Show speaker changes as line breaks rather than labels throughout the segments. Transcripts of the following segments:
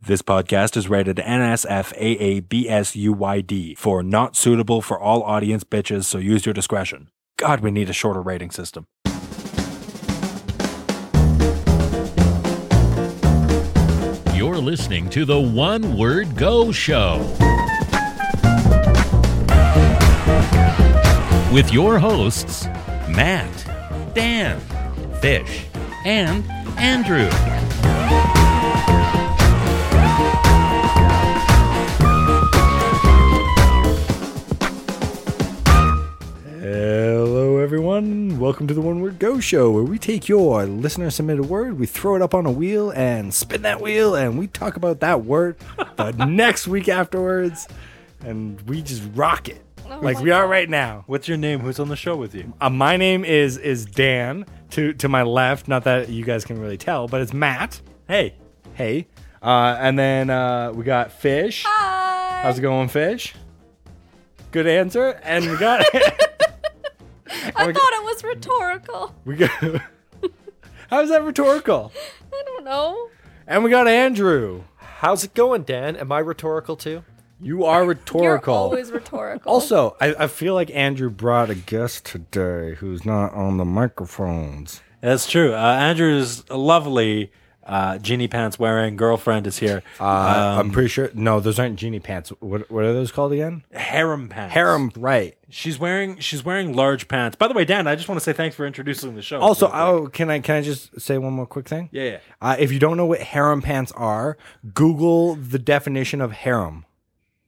This podcast is rated NSFAABSUYD for not suitable for all audience bitches, so use your discretion. God, we need a shorter rating system.
You're listening to the One Word Go Show with your hosts, Matt, Dan, Fish, and Andrew.
Hello, everyone. Welcome to the One Word Go Show, where we take your listener submitted word, we throw it up on a wheel and spin that wheel, and we talk about that word the next week afterwards, and we just rock it like we are right now.
What's your name? Who's on the show with you?
Uh, my name is is Dan to to my left. Not that you guys can really tell, but it's Matt. Hey, hey, uh, and then uh, we got Fish.
Hi.
How's it going, Fish? Good answer. And we got
I thought it was rhetorical.
we got. How's that rhetorical?
I don't know.
And we got Andrew.
How's it going, Dan? Am I rhetorical too?
You are
You're
rhetorical.
always rhetorical.
Also, I, I feel like Andrew brought a guest today who's not on the microphones.
That's true. Uh, Andrew's lovely uh, genie pants wearing girlfriend is here.
Uh,
Um,
I'm pretty sure. No, those aren't genie pants. What, what are those called again?
harem pants.
Harem, right?
She's wearing she's wearing large pants. By the way, Dan, I just want to say thanks for introducing the show.
Also,
Really quick.
oh, can I can I just say one more quick thing?
yeah, yeah.
Uh, if you don't know what harem pants are, Google the definition of harem,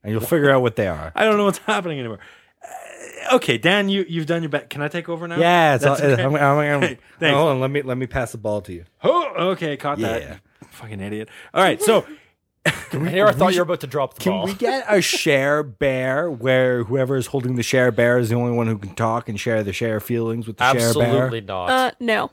and you'll figure out what they are.
I don't know what's happening anymore. Uh, okay, Dan, you you've done your bet. Can I take over now?
Yeah, it's all,
That's okay.
I'm, I'm, I'm,
Hey, thanks.
hold on. Let me let me pass the ball to you.
Oh, okay, caught
Yeah.
that. Fucking idiot. All right, so
I never thought you were about to drop the
Can
ball.
we get a share bear where whoever is holding the share bear is the only one who can talk and share the share feelings with the share
Absolutely
bear?
not.
uh, no.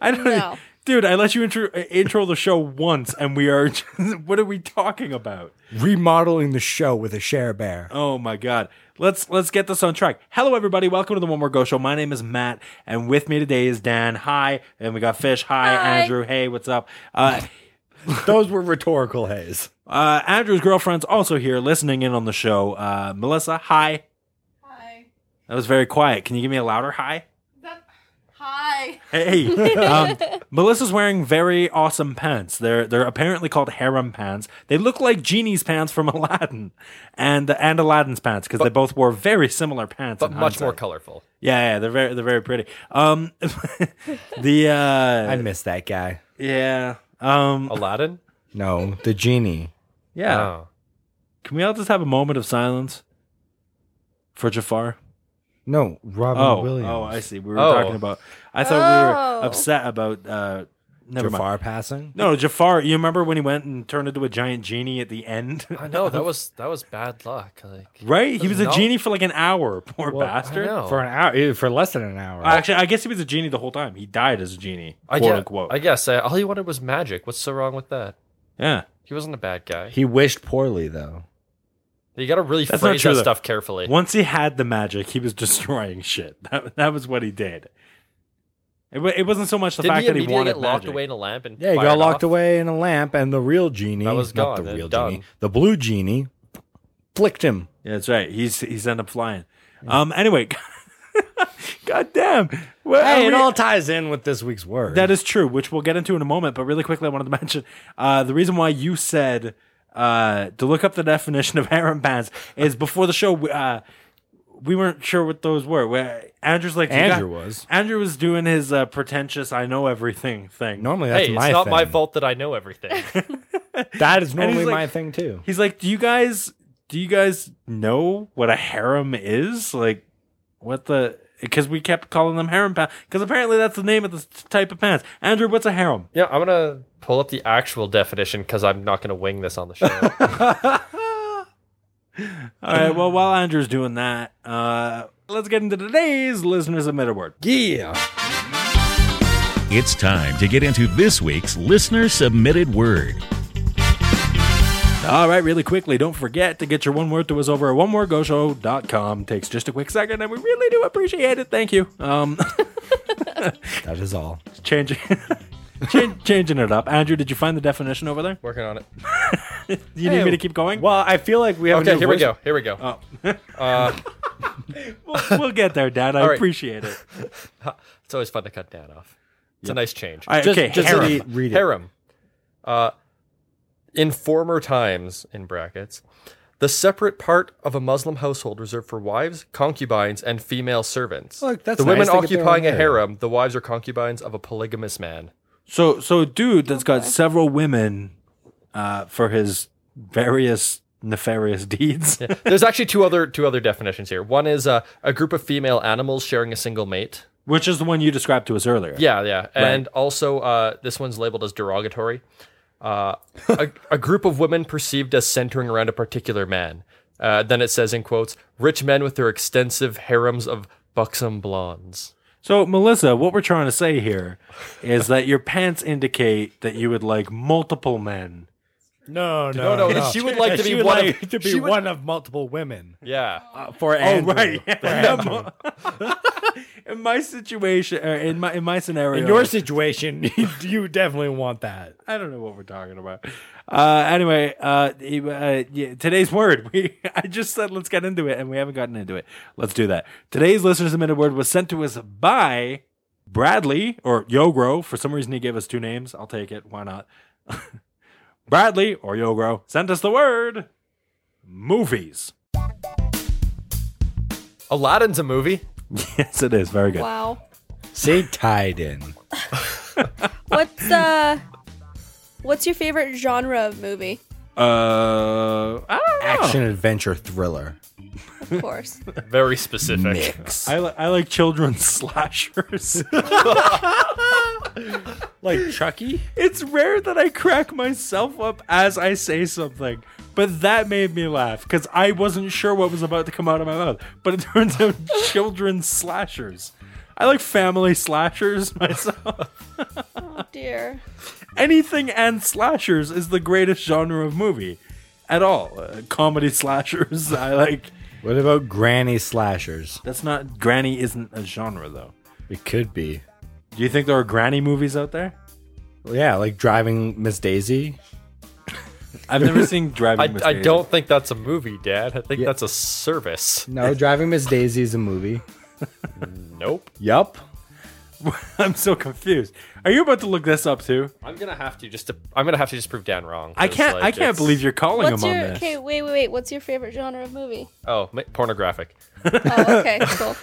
I don't
No.
Dude, I let you intro intro the show once and we are what are we talking about?
Remodeling the show with a share bear.
Oh my god. Let's let's get this on track. Hello everybody. Welcome to the One More Go Show. My name is Matt and with me today is Dan. Hi. And we got Fish. Hi,
Hi.
Andrew. Hey, what's up? Uh
Those were rhetorical hays.
uh Andrew's girlfriend's also here listening in on the show. Uh Melissa, hi.
Hi.
That was very quiet. Can you give me a louder hi?
Hi.
Hey, um, Melissa's wearing very awesome pants. They're they're apparently called harem pants. They look like genie's pants from Aladdin, and and Aladdin's pants because they both wore very similar pants.
but
in
much more
hindsight.
colorful.
Yeah, yeah, they're very they're very pretty. Um, the uh,
I miss that guy.
yeah, um,
Aladdin?
No, the genie.
yeah.
Oh.
Can we all just have a moment of silence for Jafar?
No, Robin
Oh,
Williams.
oh, I see. We were
Oh.
talking about. I thought we were
Oh.
upset about. Uh, never mind.
Jafar passing.
No, Jafar. You remember when he went and turned into a giant genie at the end?
I know
Um,
that was that was bad luck. Like
right? He was a
No.
genie for like an hour. Poor
I
bastard.
know.
for an hour, eh, for less than an hour.
Actually, I guess he was a genie the whole time. He died as a genie,
I
quote
guess,
unquote.
I guess uh, all he wanted was magic. What's so wrong with that?
yeah,
He wasn't a bad guy.
he wished poorly though.
You got to really
That's not
phrase
true,
that
though.
stuff carefully.
once he had the magic, he was destroying shit. That that was what he did. It, wa- it wasn't so much the
Didn't
fact
he
that he
immediately
wanted
get locked
magic.
away in a lamp and
Yeah, he got
fired
locked
off?
away in a lamp, and the real genie,
That was
not
gone
the
and
real genie,
done.
the blue genie, flicked him.
Yeah, that's right. He's he's end up flying. Um. Anyway, god damn. Well,
Hey, it
are we-
all ties in with this week's word.
That is true, which we'll get into in a moment. But really quickly, I wanted to mention uh, the reason why you said uh, to look up the definition of harem pants is before the show. Uh, we weren't sure what those were. Where Andrew's like you
Andrew was.
Andrew was doing his uh, pretentious "I know everything" thing.
normally that's
Hey, it's
my
not
thing.
my fault that I know everything.
That is normally
he's like-
my thing too.
He's like, "Do you guys do you guys know what a harem is? Like, what the?" Because we kept calling them harem pants. Because apparently that's the name of the type of pants. Andrew, what's a harem?
yeah, I'm gonna pull up the actual definition because I'm not gonna wing this on the show.
All right. Well, while Andrew's doing that, uh, let's get into today's listeners submitted word.
Yeah.
It's time to get into this week's listener submitted word.
All right, really quickly, don't forget to get your one word to us over at onemoregoshow.com. Takes just a quick second, and we really do appreciate it. Thank you. Um,
That is all.
changing. Chan- changing it up. Andrew, did you find the definition over there?
Working on it.
You need me to keep going?
Well, I feel like we have. a
Okay,
new
here we
voice-
go. Here we go.
Oh. We'll, we'll get there, Dad. I
right.
appreciate it.
It's always fun to cut Dan off. It's a nice change.
All right,
Just-
okay,
just
harem.
read- read it.
harem. Uh, in former times, in brackets, the separate part of a Muslim household reserved for wives, concubines, and female servants.
Look, that's
the
nice.
women
They get their
occupying
own
a harem, the wives or concubines of a polygamous man.
So, so a dude that's got several women uh, for his various nefarious deeds.
There's actually two other two other definitions here. One is uh, a group of female animals sharing a single mate.
Which is the one you described to us earlier.
Yeah, yeah. And also, uh, this one's labeled as derogatory. Uh, a, a group of women perceived as centering around a particular man. Uh, then it says in quotes, rich men with their extensive harems of buxom blondes.
So, Melissa, what we're trying to say here is that your pants indicate that you would like multiple men.
No, no, no.
no, no. She would like to be one of-
like to be
she would-
one of multiple women.
Yeah.
Uh,
Oh,
For Andrew.
in my situation, or in my in my scenario,
In your situation, you definitely want that.
I don't know what we're talking about. Uh, anyway, uh, e- uh, yeah, today's word. We I just said let's get into it, and we haven't gotten into it. Let's do that. Today's listener submitted word was sent to us by Bradley or Yogro. For some reason, he gave us two names. I'll take it. Why not? Bradley or Yogro sent us the word movies.
Aladdin's a movie.
Yes, it is very good.
Wow.
Say tied in.
What's uh what's your favorite genre of movie?
Uh, I don't know.
Action, adventure, thriller.
Of course.
Very specific.
I, li- I like children's slashers.
Like Chucky?
It's rare that I crack myself up as I say something, but that made me laugh because I wasn't sure what was about to come out of my mouth. But it turns out children's slashers. I like family slashers myself.
Oh dear.
Anything and slashers is the greatest genre of movie at all. Uh, comedy slashers, I like.
What about granny slashers?
That's not, granny isn't a genre though.
It could be.
Do you think there are granny movies out there?
Yeah, like driving Miss Daisy.
I've never seen Driving
I,
Miss
I
Daisy.
don't think that's a movie, Dad. I think that's a service.
No, driving Miss Daisy is a movie.
Nope.
Yup.
I'm so confused. Are you about to look this up too?
I'm gonna have to just to, I'm gonna have to just prove Dan wrong.
I
'cause,
can't.
like,
I can't
it's-
believe you're calling
What's
him
your
on this.
okay, wait, wait, wait, what's your favorite genre of movie?
Oh, ma- pornographic.
Oh, okay, cool.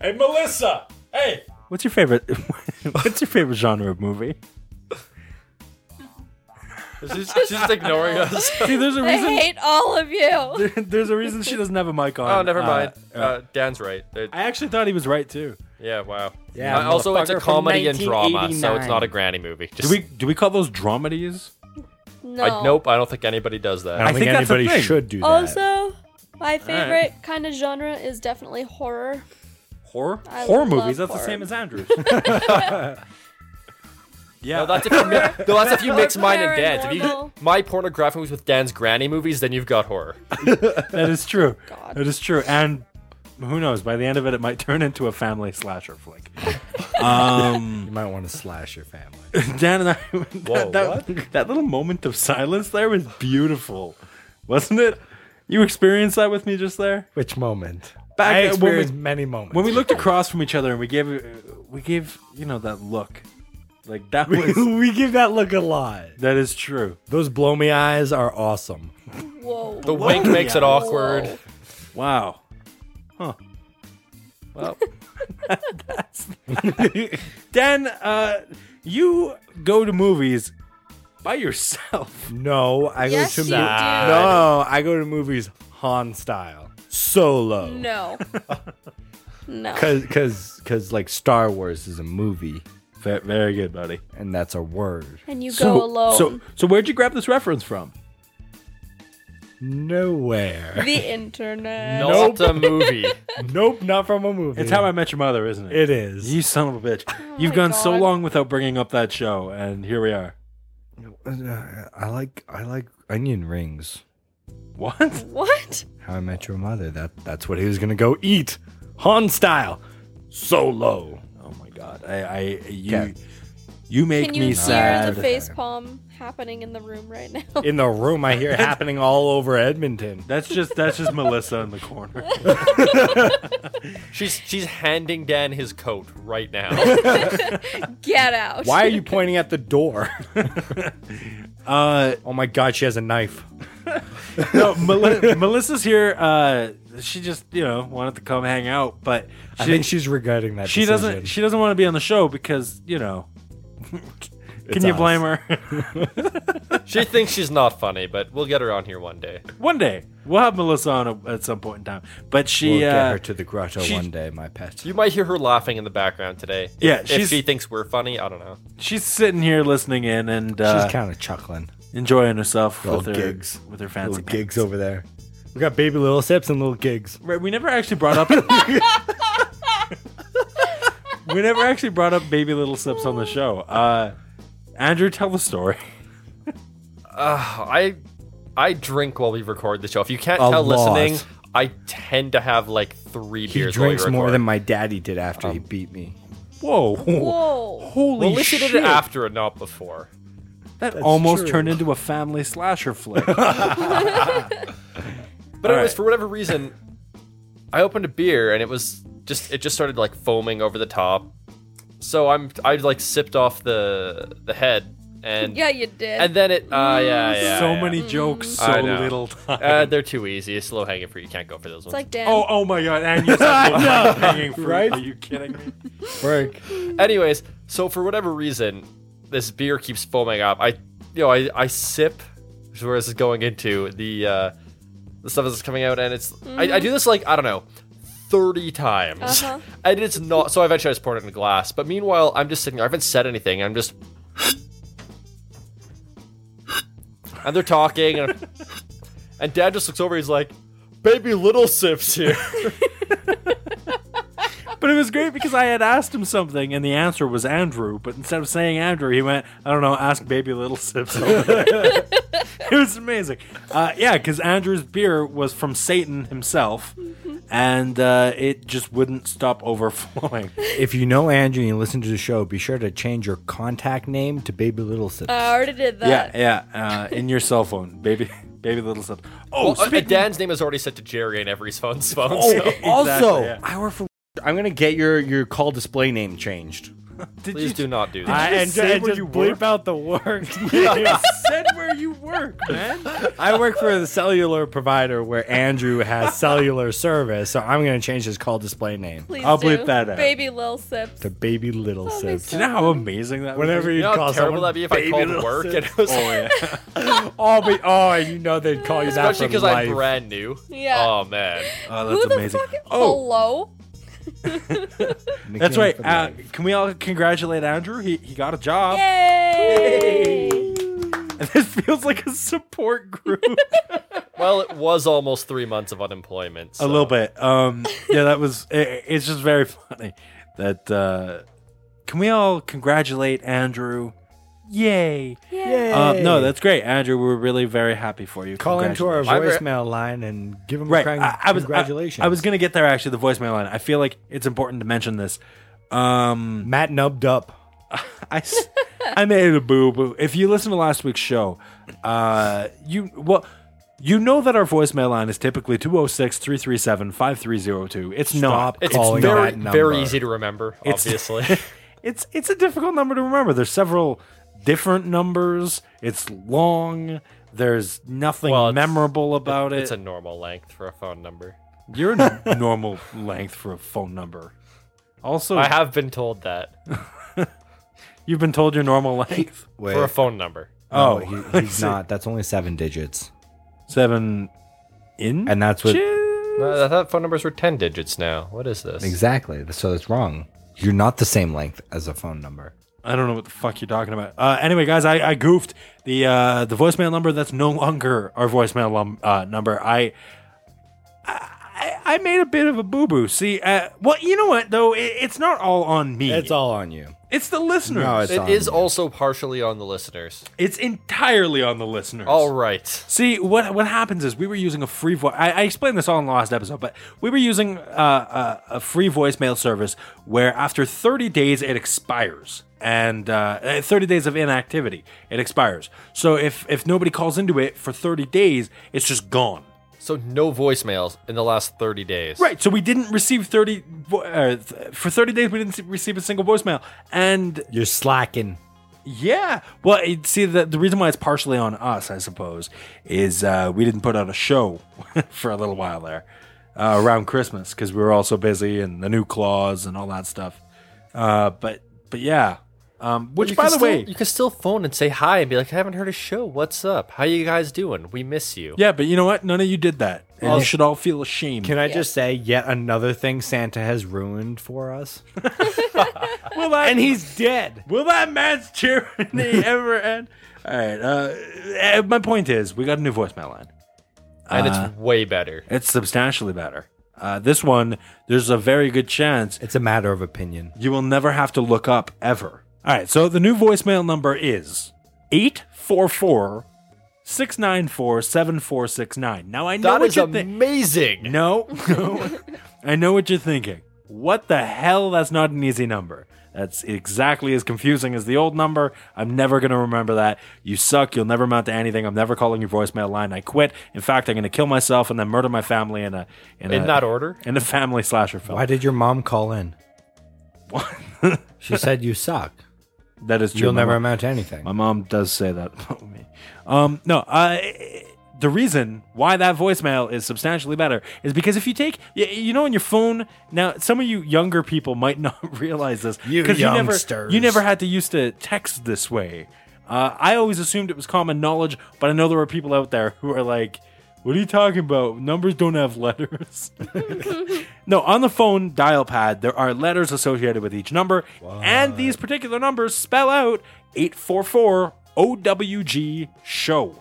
Hey, Melissa. Hey. What's your favorite? what's your favorite genre of movie?
She's she's just ignoring us.
See, there's a
I
reason.
hate all of you.
There's a reason she doesn't have a mic on.
Oh, never
Uh,
mind. Uh, Dan's right. It-
I actually thought he was right too.
Yeah, wow.
Yeah,
Yeah, also it's
motherfucker,
a
from
comedy and drama, so it's
1989.
not a granny movie.
Do
Just,
we do we call those dramedies?
No.
I, nope, I don't think anybody does that.
I don't
I
think,
think that's a
anybody
thing.
should do that.
Also, my favorite kind of genre is definitely horror.
Horror
I
horror
love
movies. That's the
horror.
same as Andrew's. yeah.
no, that's if you mi- no, that's if you mix mine and Dan's. If you
Paranormal.
my pornographic movies with Dan's granny movies, then you've got horror.
that is true.
God.
That is true. And who knows? By the end of it, it might turn into a family slasher flick.
You might want to slash your family.
Dan and I, that, that, that little moment of silence there was beautiful, wasn't it? You experienced that with me just there.
Which moment?
Back
I
at- when we,
experienced many moments.
when we looked across from each other and we gave uh, we gave you know that look, like that was
we give that look a lot.
that is true.
Those blow me eyes are awesome.
Whoa.
The wink makes it awkward.
Whoa.
Wow.
Well,
Dan, uh, you go to movies by yourself.
No, I
Yes,
go
you
to
do.
movies. No, I go to movies Han style. Solo.
No. no.
Cause, cause, cause, like Star Wars is a movie,
Ve- Very good, buddy.
and that's a word.
And you go
so,
alone.
So, so where'd you grab this reference from?
Nowhere.
the internet.
not a movie.
nope, not from a movie.
It's how I met your mother, isn't it?
It is.
You son of a bitch. You've
Oh my
gone so
God.
long without bringing up that show, and here we are.
I like, I like onion rings.
What?
What?
How I Met Your Mother. That, that's what he was gonna go eat, Han style, solo.
Oh my god. I, I you
Okay.
You make
Can
me
you hear
sad.
the face palm happening in the room right now?
In the room, I hear it happening all over Edmonton.
That's just that's just Melissa in the corner.
She's she's handing Dan his coat right now.
Get out.
Why are you pointing at the door?
Uh,
Oh my god, she has a knife.
no, Meli- Melissa's here. Uh, she just you know wanted to come hang out, but she,
I think she's regretting that.
she doesn't
decision.
she doesn't want to be on the show because you know. Can
It's
you
us.
blame her?
she thinks she's not funny, but we'll get her on here one day.
One day we'll have Melissa on a, at some point in time, but she
We'll
uh,
get her to the grotto
she-
one day, my pet.
You might hear her laughing in the background today.
Yeah,
if,
she's-
if she thinks we're funny, I don't know.
she's sitting here listening in and uh,
She's kind of chuckling.
enjoying herself
Little
with her
gigs.
with her fancy
Little
pants.
gigs over there. We got baby little sips and little gigs.
Right, we never actually brought up. we never actually brought up Baby Little Sips on the show. Uh, Andrew, tell the story.
I I drink while we record the show. If you can't
A
tell
lot.
listening, I tend to have like three
He
beers.
drinks
while we
more
record.
than my daddy did after
Um,
he beat me.
Whoa!
Whoa.
Holy
Well, at least you
shit!
did it after and not before.
that almost
true.
turned into a family slasher flick.
But
All
anyways,
right.
for whatever reason, I opened a beer and it was just it just started like foaming over the top. So I'm I like sipped off the the head and
Yeah, you did.
and then it uh yeah, yeah
so
yeah.
many jokes, so
I know.
little time.
Uh, they're too easy. It's low hanging fruit. You can't go for those
it's
ones.
like Dan.
oh, oh my god! And you said little time hanging fruit.
Right?
Are you kidding me?
Frank.
Anyways, so for whatever reason, this beer keeps foaming up. I, you know, I, I sip, which is where this is going into the uh, the stuff that's coming out, and it's I, I do this like I don't know, thirty times,
Uh-huh.
and it's not. So eventually, I just poured it in a glass. But meanwhile, I'm just sitting there. I haven't said anything. I'm just, and they're talking, and, and Dad just looks over. He's like, "Baby, little sips here."
But it was great because I had asked him something, and the answer was Andrew. But instead of saying Andrew, he went, "I don't know, ask Baby Little Sips." over there." it was amazing. Uh, yeah, because Andrew's beer was from Satan himself, and uh, it just wouldn't stop overflowing.
If you know Andrew and you listen to the show, be sure to change your contact name to Baby Little Sips.
I already did
oh. yeah,
that.
yeah. Uh, in your cell phone, Baby, Baby Little Sips. Oh,
Well, uh,
speak-
Dan's name is already set to Jerry in every phone's phone.
oh,
so.
also,
yeah.
I work for. I'm gonna get your your call display name changed.
did
Please do not do that.
I- and- and just bleep
out the work.
I said where you work, man.
I work for the cellular provider where Andrew has cellular service, so I'm gonna change his call display name
Please
I'll
do.
bleep that out.
Baby Lil Sips.
to Baby Little
That
Sips.
makes
Do you know how amazing that? would
Whenever
be?
you
You know
call
how terrible
someone,
that'd be if I
"Baby
called
Little
work and
Sips."
it was
oh, but, oh, you know they'd call you that
especially
for
because
life.
I'm brand new.
Yeah.
Oh man.
Oh, that's
Who the
amazing.
fuck?
oh,
Hello?
That's
Nickname
right.
for
Uh,
life.
can we all congratulate Andrew? He, he got a job.
Yay!
And this feels like a support group.
Well, it was almost three months of unemployment.
a
so-
little bit. Um, yeah, that was. It, it's just very funny that. Uh, can we all congratulate Andrew? Yay!
Yay.
Uh, no, that's great, Andrew. We're really very happy for you.
Call into our
I'm very-
voicemail line and give him a
right.
crying
I, I was I-
congratulations.
I, was gonna get there actually. The voicemail line. I feel like it's important to mention this. Um,
Matt nubbed up.
I, s- I made a boo boo. If you listen to last week's show, uh, you well, you know that our voicemail line is typically 206 337 5302. It's not.
Stop
It's
calling
very,
that number.
very easy to remember. Obviously,
It's, it's a difficult number to remember. There's several different numbers, it's long. There's nothing
Well, it's-
memorable about it.
it's a normal length for a phone number.
You're a normal length for a phone number. Also,
I have been told that
you've been told your normal length.
Wait.
for a phone number.
oh,
oh,
he, he's not. That's only seven digits,
Seven in?
and that's what
No, I thought phone numbers were ten digits now. What is this?
exactly. So that's wrong. You're not the same length as a phone number.
I don't know what the fuck you're talking about. Uh, anyway, guys, I, I goofed the uh, the voicemail number. That's no longer our voicemail lum, uh, number. I, I I made a bit of a boo boo. See, uh, well, you know what though, it, it's not all on me.
It's all on you.
It's the listeners.
No,
it's,
it's-
It
on
is
you.
also partially on the listeners.
entirely on the listeners.
All right.
See what what happens is we were using a free voice. I, I explained this all in the last episode, but we were using uh, a, a free voicemail service where after 30 days it expires, and uh, uh, 30 days of inactivity it expires. So if if nobody calls into it for 30 days, it's just gone.
So no voicemails in the last 30 days.
Right. So we didn't receive 30 vo- uh, th- for 30 days. We didn't s- receive a single voicemail, and
You're slacking.
Yeah. Well, it- see, the, the reason why it's partially on us, I suppose, is uh, we didn't put on a show for a little while there uh, around Christmas because we were all so busy and the new claws and all that stuff. Uh, but but yeah. Um, which, by the way,
you can still phone and say hi and be like, I haven't heard a show. What's up? How you guys doing? We miss you.
yeah, but you know what? None of you did that. And you should all feel ashamed.
Can I just say yet another thing Santa has ruined for us?
will, that,
And he's dead.
will that man's tyranny ever end? All right. Uh, eh, my point is, we got a new voicemail line.
And it's way better.
It's substantially better. Uh, this one, there's a very good chance
It's a matter of opinion.
you will never have to look up ever. All right, so the new voicemail number is 844 694 7469. Now, I know
That
what
is
you're thinking.
amazing.
No, no. I know what you're thinking. What the hell? That's not an easy number. That's exactly as confusing as the old number. I'm never going to remember that. You suck. You'll never amount to anything. I'm never calling your voicemail line. I quit. In fact, I'm going to kill myself and then murder my family in a in,
In
a,
that order?
in a family slasher film.
Why did your mom call in?
What?
She said you suck.
that is true.
You'll
My
never
mom-
amount to anything.
My mom does say that about me. Um, no, uh, the reason why that voicemail is substantially better is because if you take, y- you know, on your phone now, some of you younger people might not realize this.
You
'cause
youngsters.
you never, you never had to used to text this way. Uh, I always assumed it was common knowledge, but I know there are people out there who are like, "What are you talking about? Numbers don't have letters." No, on the phone dial pad, there are letters associated with each number, and these particular numbers spell out 844 OWG show.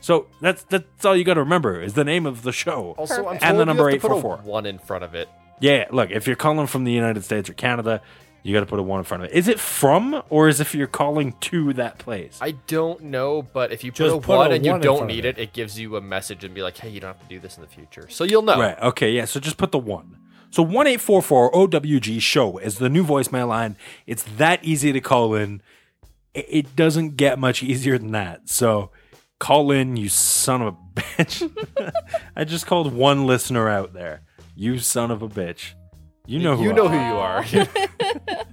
So that's that's all you got to remember is the name of the show.
Also, I'm
Perfect.
told
And the
you
number
have to put a
844.
one in front of it.
yeah, look, if you're calling from the United States or Canada, you got to put a one in front of it. Is it from or is if you're calling to that place?
I don't know, but if you put
Just
a
put a
one and you
one in
don't
front of
need it, it gives you a message and be like, hey, you don't have to do this in the future. So you'll know.
Right. Okay. Yeah. So just put the one. So one eight four four OWG show is the new voicemail line. It's that easy to call in. I- It doesn't get much easier than that. So call in, you son of a bitch. I just called one listener out there. You son of a bitch. You know who
you
I
know
am.
who you are.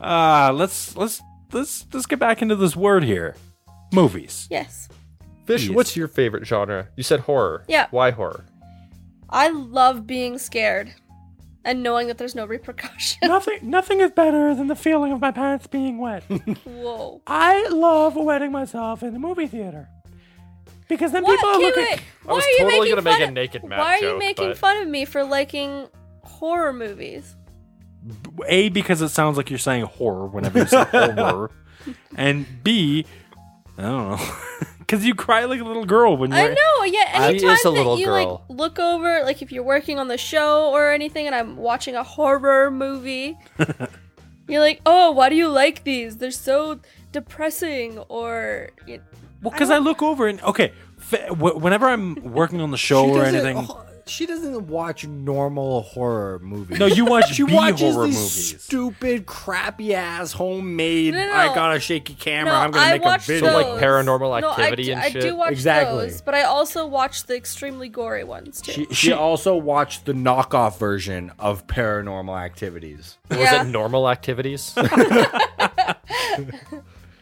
Ah, let's let's let's let's get back into this word here. Movies.
Yes.
Fish,
Yes.
what's your favorite genre? You said horror.
Yeah.
Why horror?
I love being scared and knowing that there's no repercussion.
nothing nothing is better than the feeling of my pants being wet.
Whoa.
I love wetting myself in the movie theater because then
What?
people are
Keep
looking.
it.
I
Why
was
are you
totally
making
gonna
fun
make a
of-
naked Matt
Why are you
joke,
making
but-
fun of me for liking horror movies?
A because it sounds like you're saying horror whenever you say horror, and B, I don't know, because you cry like a little girl when you.
I know. Yeah.
I-
Anytime
She is a little
that you
girl.
like look over, like if you're working on the show or anything, and I'm watching a horror movie, you're like, "Oh, why do you like these? They're so depressing." Or y-
Well, because I look over and okay, f- wh- whenever I'm working on the show or anything.
She doesn't watch normal horror movies.
no, you watch
She
B
watches
horror
these
movies.
stupid, crappy ass homemade.
No, no,
I
no.
got a shaky camera.
no,
I'm gonna
I
make a
watch
video.
So, like,
those.
Paranormal
No, I
Activity
do-
and
I
shit?
do watch
Exactly.
those, but I also watch the extremely gory ones too.
she, she also watched the knockoff version of Paranormal Activities.
Or
Yeah.
Was it normal activities?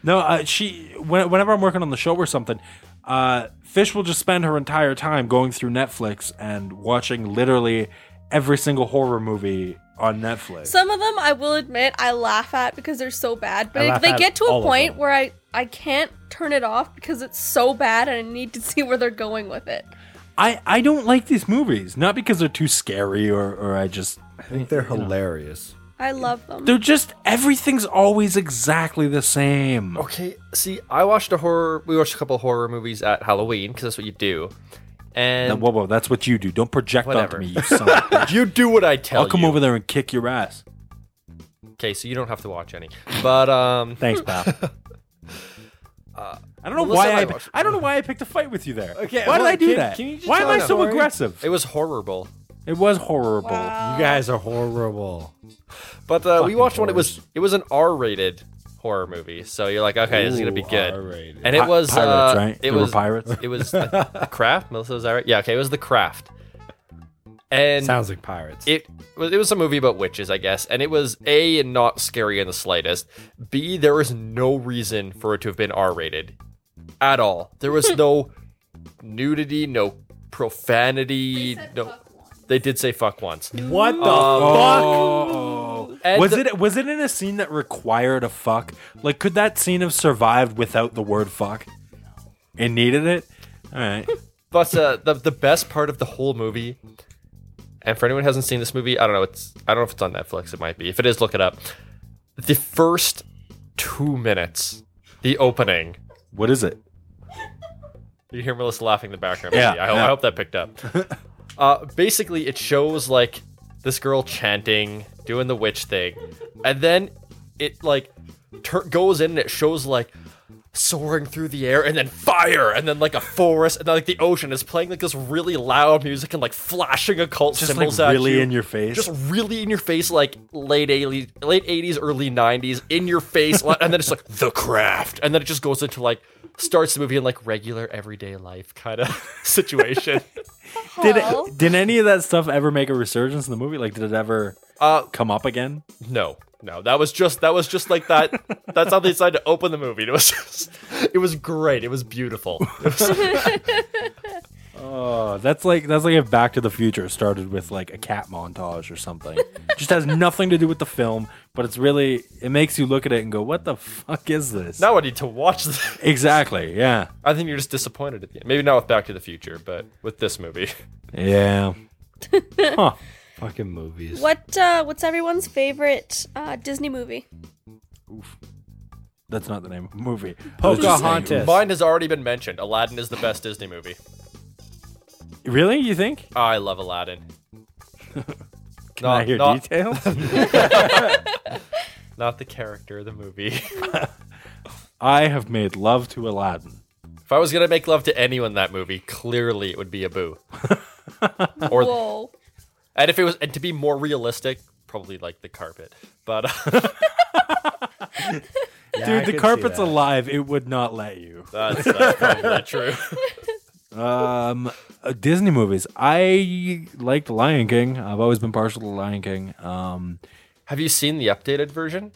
No, uh, she. When, whenever I'm working on the show or something, uh, Fish will just spend her entire time going through Netflix and watching literally every single horror movie on Netflix.
Some of them, I will admit, I laugh at because they're so bad.
I
But
laugh
they
at
get to
all
a
of
point
them.
where I I can't turn it off because it's so bad, and I need to see where they're going with it.
I I don't like these movies, not because they're too scary or or I just
I think they're hilarious.
I love them.
they're just everything's always exactly the same.
Okay, see, I watched a horror. We watched a couple horror movies at Halloween because that's what you do.
Now,
And
whoa, whoa, that's what you do. Don't project
Whatever.
onto me, you son. of a bitch.
you do what I tell
I'll come
you.
over there and kick your ass.
Okay, so you don't have to watch any. But um,
Thanks, pal. I don't know
Melissa
why
and
Uh,
I
I,
watched-
I don't know why I picked a fight with you there.
Okay,
why did
well,
I do
can-
that?
can you just
why am
tell
I
the
so
story?
aggressive?
it was horrible.
It was horrible.
Wow.
You guys are horrible.
But uh, we watched one. It was it was an R-rated horror movie. So you're like, okay, this is gonna be
Ooh,
good.
R-rated.
And it
Pi-
was
pirates,
uh,
right?
It
There were
was
pirates?
It was the, the craft. Melissa, was that right? Yeah. Okay, it was the craft. And
Sounds like pirates.
it was it was a movie about witches, I guess, and it was a not scary in the slightest. B there was no reason for it to have been R rated at all. There was no nudity, no profanity. no, they did say fuck once.
what the Oh.
And
was
the-
it was it in a scene that required a fuck? Like, could that scene have survived without the word fuck? It needed it. All right.
But uh, the the best part of the whole movie, and for anyone who hasn't seen this movie, I don't know. It's I don't know if it's on Netflix. It might be. If it is, look it up. The first two minutes, the opening.
What is it?
You hear Melissa laughing in the background.
Yeah,
maybe. I, I
yeah.
hope that picked up. uh, basically, it shows like this girl chanting, doing the witch thing, and then it like tur- goes in and it shows like soaring through the air and then fire and then like a forest and then like the ocean is playing like this really loud music and like flashing occult
Just like
symbols at
really
you.
in your face.
just really in your face like late 80s late 80s early 90s in your face and then it's like the craft and then it just goes into like starts the movie in like regular everyday life kind of situation
did
Well.
it, did any of that stuff ever make a resurgence in the movie? Like, did it ever
uh
come up again?
no no that was just that was just like that that's how they decided to open the movie it was just, it was great it was beautiful It was-
Oh, that's like that's like if Back to the Future started with like a cat montage or something. Just has nothing to do with the film, but it's really it makes you look at it and go, "What the fuck is this?"
now i need to watch this
exactly. Yeah,
i think you're just disappointed at the end maybe not with back to the future but with this movie
yeah. huh.
fucking movies?
What uh, what's everyone's favorite uh, Disney movie?
That's not the name of the movie.
Pocahontas.
mine has already been mentioned aladdin is the best disney movie
Really? You think?
i love aladdin
Can I hear details?
not the character of the movie. if
I have made love to Aladdin.
I was gonna make love to anyone in that movie, clearly it would be Abu. or
Whoa.
and if it was and to be more realistic, probably like the carpet. But
Dude, the carpet's alive. It would not let you.
that's, that's probably not true.
Um, uh, Disney movies. I liked Lion King. I've always been partial to Lion King. Um,
Have you seen the updated version?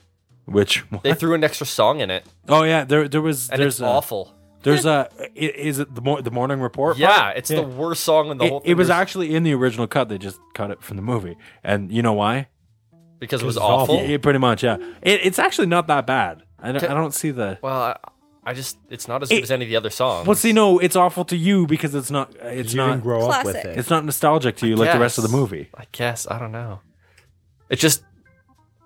which one?
They threw an extra song in it,
Oh yeah, there there was
and
there's
it's
a,
awful.
There's a i- is it the mor- the morning report?
Yeah,
part?
it's the worst song in the
It,
whole.
it was
There's-
actually in the original cut. They just cut it from the movie, and you know why?
because it was
it's awful.
awful.
Yeah, it- pretty much, yeah. It, it's actually not that bad. I don't, I don't see the.
Well, I, I just it's not as good
It-
as any of the other songs.
Well, see, no, it's awful to you because it's not. It's
You
not.
didn't grow up with
Classic.
it.
It's not nostalgic to you like the rest of the
Yes.
movie.
I guess I don't know. It just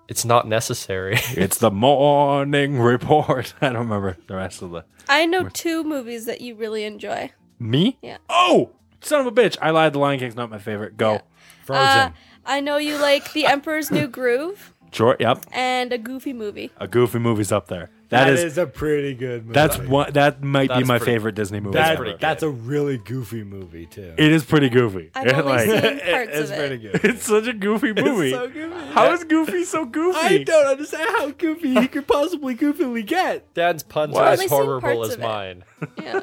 it's not necessary.
It's the morning report. I don't remember the rest of the.
I know two movies that you really enjoy.
Me?
Yeah.
Oh, son of a bitch! I lied. The Lion King's not my favorite. Go.
Frozen.
Uh, I know you like The Emperor's New Groove
Sure. Yep.
and a goofy movie.
A goofy movie's up there.
that
that
is,
is.
a pretty good movie.
That's one. That might
That
be
is
my
pretty-
favorite Disney movie.
That-
pretty good.
that's a really goofy movie too.
it is pretty goofy.
I've only
Like,
seen parts
it's
of
pretty
it.
good.
it's such a goofy movie.
so goofy.
How is Goofy so goofy?
understand how goofy he could possibly goofily get.
Dan's puns
I've
are as
only seen
horrible
parts
as
of it.
mine.
Yeah.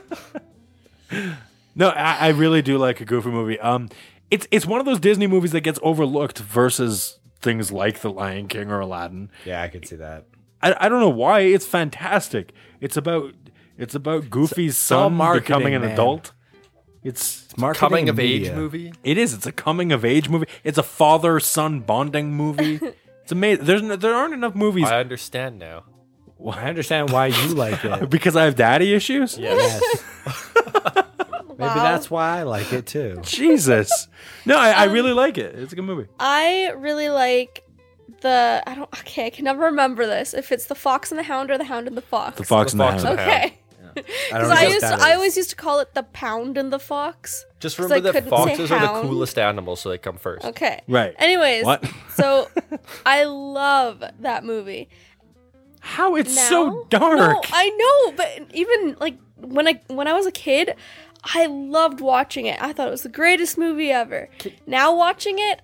No, I, I really do like a goofy movie. Um, it's it's one of those Disney movies that gets overlooked versus things like The Lion King or Aladdin.
Yeah, I could see that.
I, I don't know why it's fantastic. It's about it's about Goofy's
all
son
marketing,
becoming an
man.
adult. It's
Marketing
coming of uh,
and
age
media.
movie.
it is. It's a coming of age movie. It's a father son bonding movie. it's amazing. There's no, there aren't enough movies
I understand now.
Well, I understand why you like it.
because I have daddy issues.
yes. Maybe
Wow.
that's why I like it too.
Jesus. No, I,
Um,
I really like it. It's a good movie.
I really like the I don't okay, I can never remember this. If it's the Fox and the Hound or the Hound and the Fox.
Fox
The Fox and the
Okay. Because I used to, I always used to call it the pound and the fox.
Just
'cause
remember
I
that
couldn't say
foxes are the
hound.
coolest animals, so they come first.
Okay.
Right.
Anyways,
What?
so I love that movie.
How it's
now.
so
No,
dark.
I know, but even like when I when I was a kid, I loved watching it. I thought it was the greatest movie ever. Now watching it,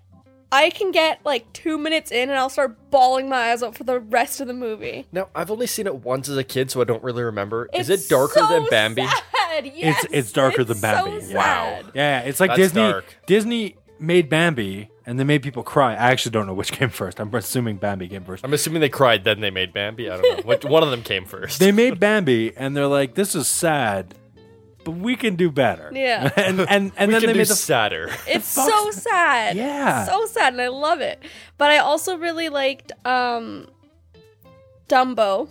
I can get like two minutes in and I'll start bawling my eyes out for the rest of the movie.
Now I've only seen it once as a kid, so I don't really remember. Is
It's
it darker
so
than Bambi?
sad,
it's
yes,
it's darker
it's
than
so
Bambi.
sad.
Yeah, it's like
That's
Disney.
dark.
Disney made Bambi, and they made people cry. I actually don't know which came first. I'm assuming Bambi came first.
I'm assuming they cried, then they made Bambi. I don't know. Which, one of them came first.
They made Bambi, and they're like, "This is sad, but we can do better."
Yeah.
and and and
we
then
can
they
do
made the
sadder.
It's so sad.
Yeah.
So sad and I love it. But I also really liked um Dumbo.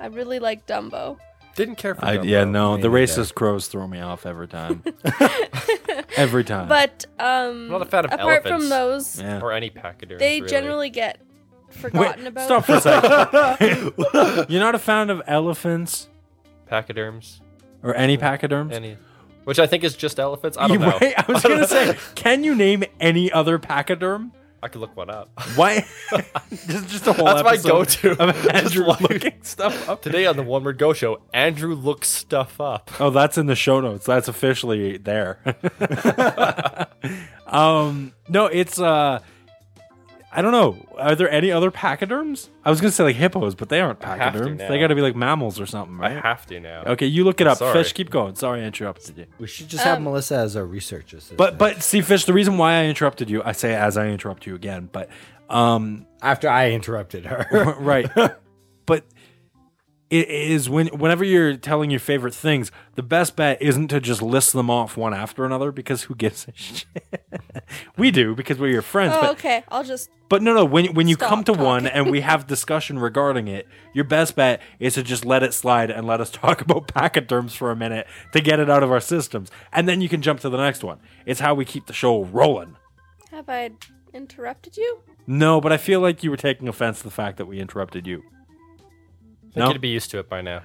I really like Dumbo.
Uh-huh.
Didn't care for.
I,
Dumbo.
yeah, no, the
Maybe that.
racist crows throw me off every time. every time.
But um
not a fan of
apart
elephants.
from those,
yeah.
Or any pachyderms.
they
really.
generally get
Wait,
forgotten about.
stop for a second. You're not a fan of elephants
pachyderms.
or any pachyderms?
Any. Which I think is just elephants. I don't
You-
know.
wait, I was gonna say, can you name any other pachyderm?
I could look one up.
Why? just, just a whole
That's my
episode
go-to.
of
Just
Andrew
like-
looking stuff up.
Today on the One Word Go Show, Andrew looks stuff up.
Oh, that's in the show notes. That's officially there. um, no, it's uh, I don't know. Are there any other pachyderms? I was gonna say like hippos, but they aren't
have to
pachyderms.
now.
They got to be like mammals or something,
I
right?
have to now.
okay, you look it up.
Sorry.
Fish, keep going. Sorry, I interrupted you.
We should just
Um,
have Melissa as our research assistant.
But but see, fish. The reason why I interrupted you, I say as I interrupt you again, but um,
after I interrupted her,
right but it is when whenever you're telling your favorite things the best bet isn't to just list them off one after another because who gives a shit we do because we're your friends
Oh,
but
okay. I'll just
but no no when when you
Stop
come to one
talking.
and we have discussion regarding it your best bet is to just let it slide and let us talk about pachyderms for a minute to get it out of our systems and then you can jump to the next one it's how we keep the show rolling
have I interrupted you?
no but i feel like you were taking offense to the fact that we interrupted you
I
No.
think you'd be used to it by now.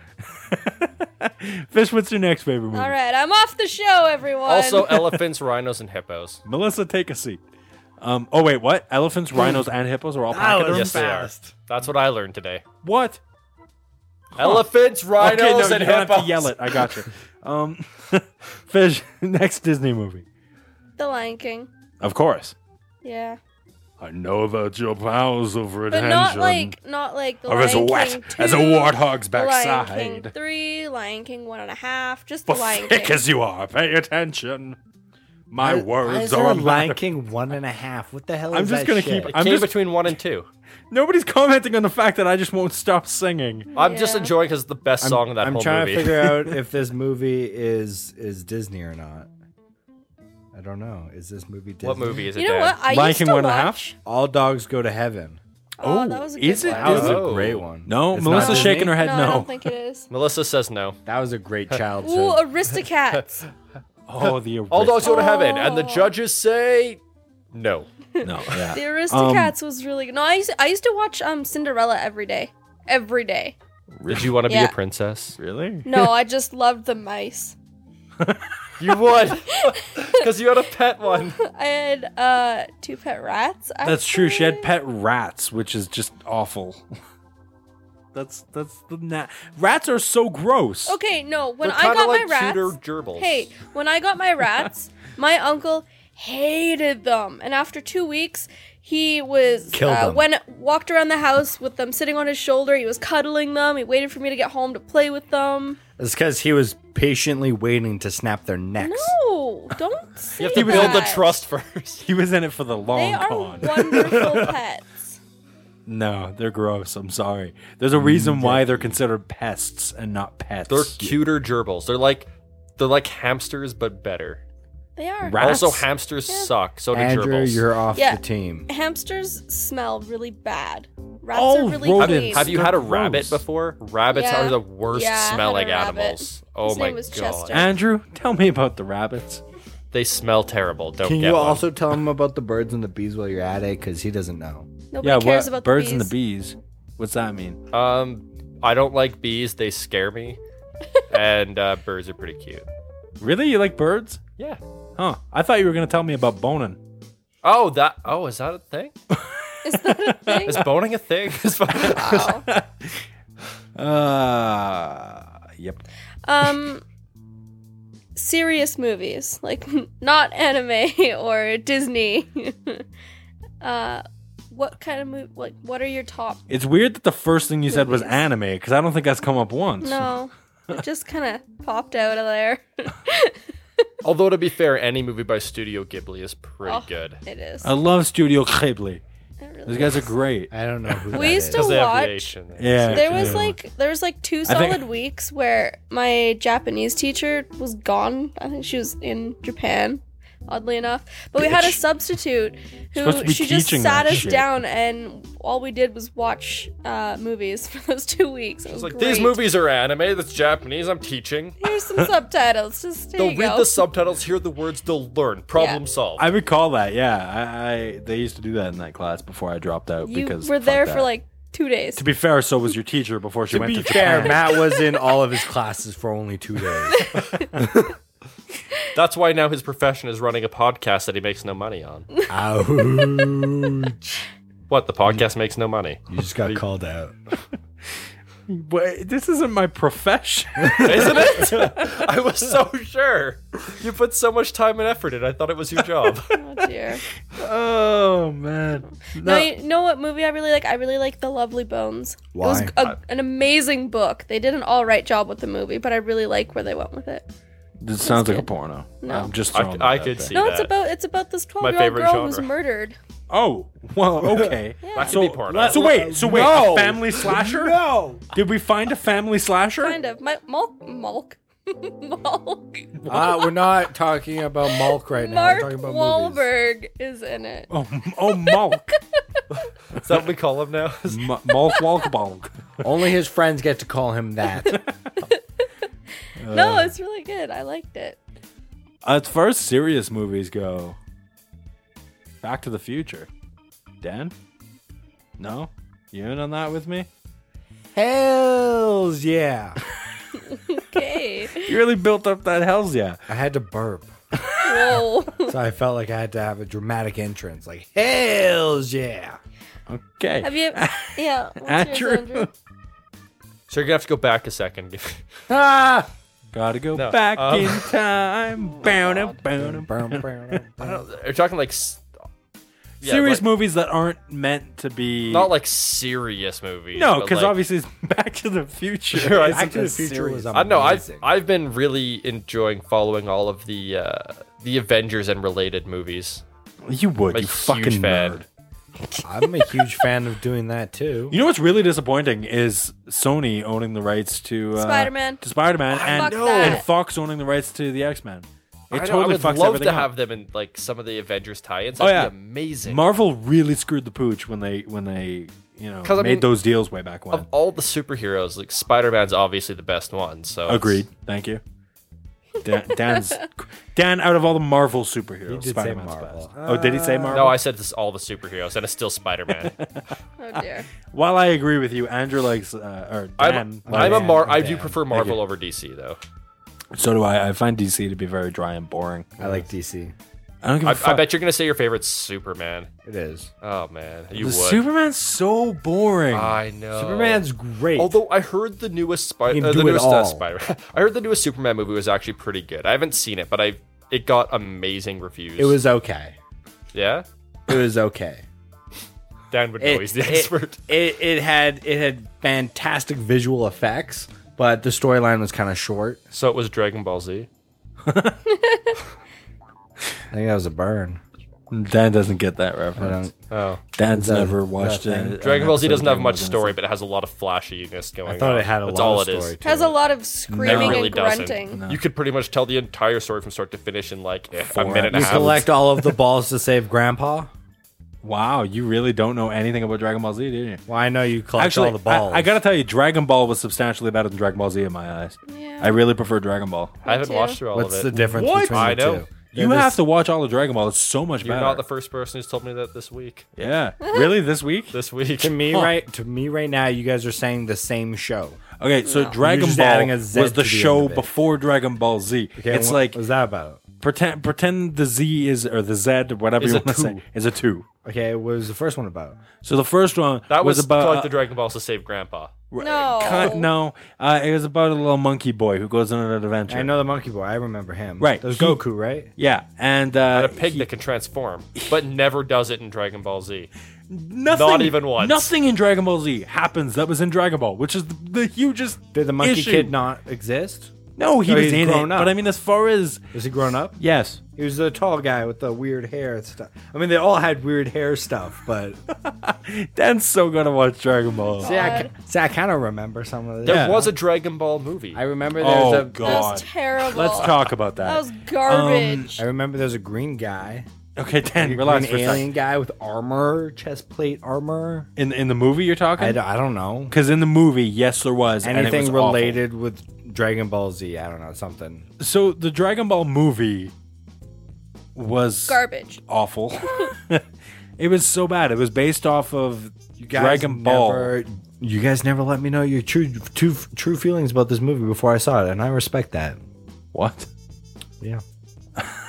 Fish, what's your next favorite movie?
All right, I'm off the show, everyone.
Also, elephants, rhinos, and hippos.
Melissa, take a seat. Um, oh wait, what? Elephants,
Hmm.
rhinos, and hippos are all pachyderms.
Yes, they are. That's what I learned today.
What?
Elephants, rhinos,
okay, no, you
and
don't
hippos.
have to yell it. I got you. Um, Fish, next Disney movie.
the Lion King.
Of course.
Yeah.
I know about your powers of
But not like not like the
Or
Lion
as a
King
wet-
2,
as a warthog's
the Lion King
backside.
three, Lion King one and a half, just
but
the Lion
thick
King.
as you are, pay attention. My
Why
words
is there
are
a
a
Lion
matter-
King one and a half? What the hell?
I'm
is
just
that
gonna
shit?
keep-
It
I'm
came
just-
between one and two.
Nobody's commenting on the fact that I just won't stop singing.
I'm just
Yeah.
enjoying because it's the best song in that
I'm
whole
trying
movie.
to figure out if this movie is is Disney or not. I don't know. Is this movie Disney?
what movie is it?
You know
Dan?
what? I
Lion
used
King
to
one and a
watch.
All dogs go to heaven.
Oh,
Oh,
that was a good
is it
one.
That was a
Oh.
great one.
No,
It's not
Melissa's
Disney?
shaking her head.
No, I don't think it is.
Melissa says no.
That was a great childhood.
Ooh, Aristocats.
Oh, the
All dogs go to heaven, and the
Oh.
judges say no.
No, yeah.
The Aristocats was really good. No, I used, I used to watch um Cinderella every day. Every day.
Did you want to
Yeah.
be a princess?
Really?
No, I just loved the mice.
You would, because you had a pet one.
I had uh two pet rats.
That's true. She had
actually.
pet rats, which is just awful. that's that's the na- rats are so gross.
Okay, no. When
They're
I
kinda
got my
like
rats,
Tudor gerbils.
hey, when I got my rats, my uncle hated them, and after two weeks, he was
Killed
uh,
them.
when walked around the house with them sitting on his shoulder. He was cuddling them. He waited for me to get home to play with them.
It's because he was patiently waiting to snap their necks.
No, don't. Say
You have to build the
that.
trust first.
He was in it for the long
They are
con.
wonderful pets.
no, they're gross. I'm sorry. There's a reason why they're considered pests and not pets.
They're cuter gerbils. They're like they're like hamsters, but better.
They are.
Rats?
Also, hamsters suck. So do
Andrew,
gerbils.
you're off
Yeah.
the team.
Hamsters smell really bad. Rats
All
are really
rodents.
clean.
Oh, Have you
They're
had a
gross.
rabbit before? Rabbits
Yeah.
are the worst
Yeah, I had a
smelling
rabbit.
animals. Oh
His
my
name was
god.
Chester.
Andrew, tell me about the rabbits.
They smell terrible. Don't
Can
get
you
one.
also tell him about the birds and the bees while you're at it? Because he doesn't know.
Nobody
yeah,
cares
what
about
birds
the
and the bees? What's that mean?
Um, I don't like bees. They scare me. and uh, birds are pretty cute.
Really? You like birds?
Yeah.
Huh. I thought you were going to tell me about boning.
Oh, that. Oh, is that a thing?
Is that a thing?
Is boning a thing? Is boning-
Wow.
Uh, yep.
Um, serious movies like not anime or Disney. uh, what kind of movie? Like, what are your top?
It's weird that the first thing you said was anime because I don't think that's come up once.
No, it just kind of popped out of there.
Although to be fair, any movie by Studio Ghibli is pretty
Oh,
good.
It is.
I love Studio Ghibli.
It really
Those guys are great.
I don't know who that
We used
is.
to
Because they have the
watch.
H in there.
Yeah.
There was like there was like two
I think-
solid weeks where my Japanese teacher was gone. I think she was in Japan, oddly enough. But we had a substitute
Supposed to
who
be
she just
teaching
sat
that
us
shit.
down, and all we did was watch uh, movies for those two weeks. It was
It's like
great.
these movies are anime. That's Japanese. I'm teaching.
Here's some subtitles. Just there
They'll
you
read
go.
the subtitles, hear the words, they'll learn. Problem
Yeah.
solved.
I recall that. Yeah. I, I they used to do that in that class before I dropped out
you
because
were
fuck
there
that.
for like two days.
To be fair, so was your teacher before she
To
went
be
to
fair,
Japan.
Matt was in all of his classes for only two days.
That's why now his profession is running a podcast that he makes no money on.
Ouch. You
What? The podcast makes no money.
just got called out.
Wait, this isn't my profession.
Isn't it? I was so sure. You put so much time and effort in. I thought it was your job.
oh dear.
oh man.
No, you know what movie I really like? I really like The Lovely Bones. It was
Why?
a, an amazing book. They did an all right job with the movie, but I really like where they went with it.
This sounds like a
good.
porno.
No.
I'm just
I,
throwing
I
that out
could
there.
see
No,
that.
it's about it's about this
my
twelve year old
favorite
girl who was
genre.
murdered.
Oh, well, okay.
that could
So,
be porno.
so wait, so wait,
No.
a family slasher?
No.
Did we find a family slasher?
Kind of. My Malk Malk. Malk.
Uh, we're not talking about Malk right now.
Mark
we're talking about movies.
Wahlberg is in it.
Oh, m- oh, Malk.
Is that what we call him now?
M- Malk, Walk, Balk.
Only his friends get to call him that.
no,
Uh.
it's really good. I liked it.
As far as Uh, serious movies go, Back to the Future. Dan? No? You in on that with me?
Hells yeah.
Okay.
You really built up that hells yeah.
I had to burp.
Whoa.
So I felt like I had to have a dramatic entrance. Like, hells yeah.
Okay.
Have you? Yeah. what's yours,
Andrew.
So you're gonna have to go back a second.
Ah!
Gotta go
No,
back
um, Oh
in time. Bounty, bounty.
I don't. Are you talking like s- yeah,
serious
like-
movies that aren't meant to be.
Not like serious movies.
no,
but
because
like-
obviously it's Back to the Future.
Sure, I
Isn't
Back to the
this
Future
serious?
was
I
amazing.
know. I've I've been really enjoying following all of the uh, the Avengers and related movies.
You would,
Like,
you
huge
fucking
fan.
nerd.
I'm a huge fan of doing that too.
You know what's really disappointing is Sony owning the rights to uh,
Spider-Man.
to Spider-Man,
Fuck
and,
No. that.
and Fox owning the rights to the X-Men. It
I, know,
totally
I would
fucks
love
everything
to
up.
have them in like some of the Avengers tie-ins.
Oh,
That'd
yeah.
be amazing.
Marvel really screwed the pooch when they when they you know
'Cause, I
made
mean,
those deals way back when.
of all the superheroes, like Spider-Man's obviously the best one. So it's-
Agreed. Thank you. Dan, Dan's Dan out of all the Marvel
He did
superheroes,
say
Spider-Man's
Marvel.
best. oh, did he say Marvel?
Uh, No, I said this all the superheroes, and it's still Spider-Man.
Oh dear.
While I agree with you, Andrew likes uh, or Dan.
I'm, I'm
likes-
a Mar. I do
Damn.
prefer Marvel over DC though.
so do I. I find DC to be very dry and boring.
I like DC.
I don't give a
I,
fuck.
I bet you're gonna say your favorite's Superman.
It is.
Oh man,
the
you would. Uh,
Superman's so boring.
I know.
Superman's great.
Although I heard the newest
He
Spider,
can
uh,
do
the
it
newest
all.
uh, Spider, I heard the newest Superman movie was actually pretty good. I haven't seen it, but I it got amazing reviews.
it was okay.
yeah.
It was okay.
Dan would know
It,
Oh, he's the
it-
expert.
It, it had it had fantastic visual effects, but the storyline was kind of short.
So it was Dragon Ball Z.
I think that was a burn.
Dan doesn't get that
I
reference.
don't.
Oh,
Dan's
that-
never watched
that thing.
it.
Dragon Ball Z doesn't have much story, but it has a lot of flashiness going on.
I thought it had a
That's
lot
all
of
it is.
story.
Has a lot of
It
screaming
really
and
doesn't.
grunting.
You could pretty much tell the entire story from start to finish in like eh, a minute and a
You
half.
collect all of the balls to save Grandpa.
Wow, you really don't know anything about Dragon Ball Z, do you?
Well, I know you collect
Actually,
all the balls.
I, I gotta tell you, Dragon Ball was substantially better than Dragon Ball Z in my eyes.
Yeah.
I really prefer Dragon Ball.
I haven't
too.
watched through all
What's
of
the
it.
difference
What?
between
I
the
know.
two?
You
this-
have to watch all the Dragon Ball. It's so much
You're
better.
not the first person who's told me that this week.
yeah. really? This week?
This week.
To me, right? To me, right now, you guys are saying the same show.
Okay, so Dragon
just
Ball
adding a Z
was
to
the
the end
show
of it.
before Dragon Ball Z.
Okay,
it's
what
like
was that about?
pretend pretend the Z is or the Z or whatever
Is
you
a
want to
two.
say is a two.
Okay, what was the first one about?
So the first one
That was,
about
like
uh,
the Dragon Balls to save Grandpa.
No.
Cut- no, uh, it was about a little monkey boy who goes on an adventure.
I know the Monkey Boy. I remember him.
Right,
that was
he-
Goku, right?
Yeah, and uh,
And a pig that can transform, but never does it in Dragon Ball Z.
nothing,
not even once.
Nothing in Dragon Ball Z happens that was in Dragon Ball, which is the, the hugest.
Did the Monkey
issue.
Kid not exist?
No, he
No,
was
he's
in
grown
it.
up.
But I mean, as far as
Was he grown up?
yes,
He was the tall guy with the weird hair and stuff. I mean, they all had weird hair stuff, but
Dan's so gonna watch Dragon Ball.
see, I, see, I kind of remember some of this.
There
Yeah.
was a Dragon Ball movie.
I remember there was
oh
a.
That
God,
was terrible.
let's talk about that.
That was garbage.
Um,
I remember there's a green guy,
okay, Dan,
a
relax for
green
a
alien
second.
guy with armor, chest plate armor.
In in the movie you're
I,
talking?
d- I don't know.
Because in the movie, yes, there was and it
Anything
was awful.
related with Dragon Ball Z? I don't know something.
So the Dragon Ball movie was
garbage.
awful. it was so bad. It was based off of Dragon Ball.
Never, you guys never let me know your true, true true feelings about this movie before I saw it, and I respect that.
What?
Yeah.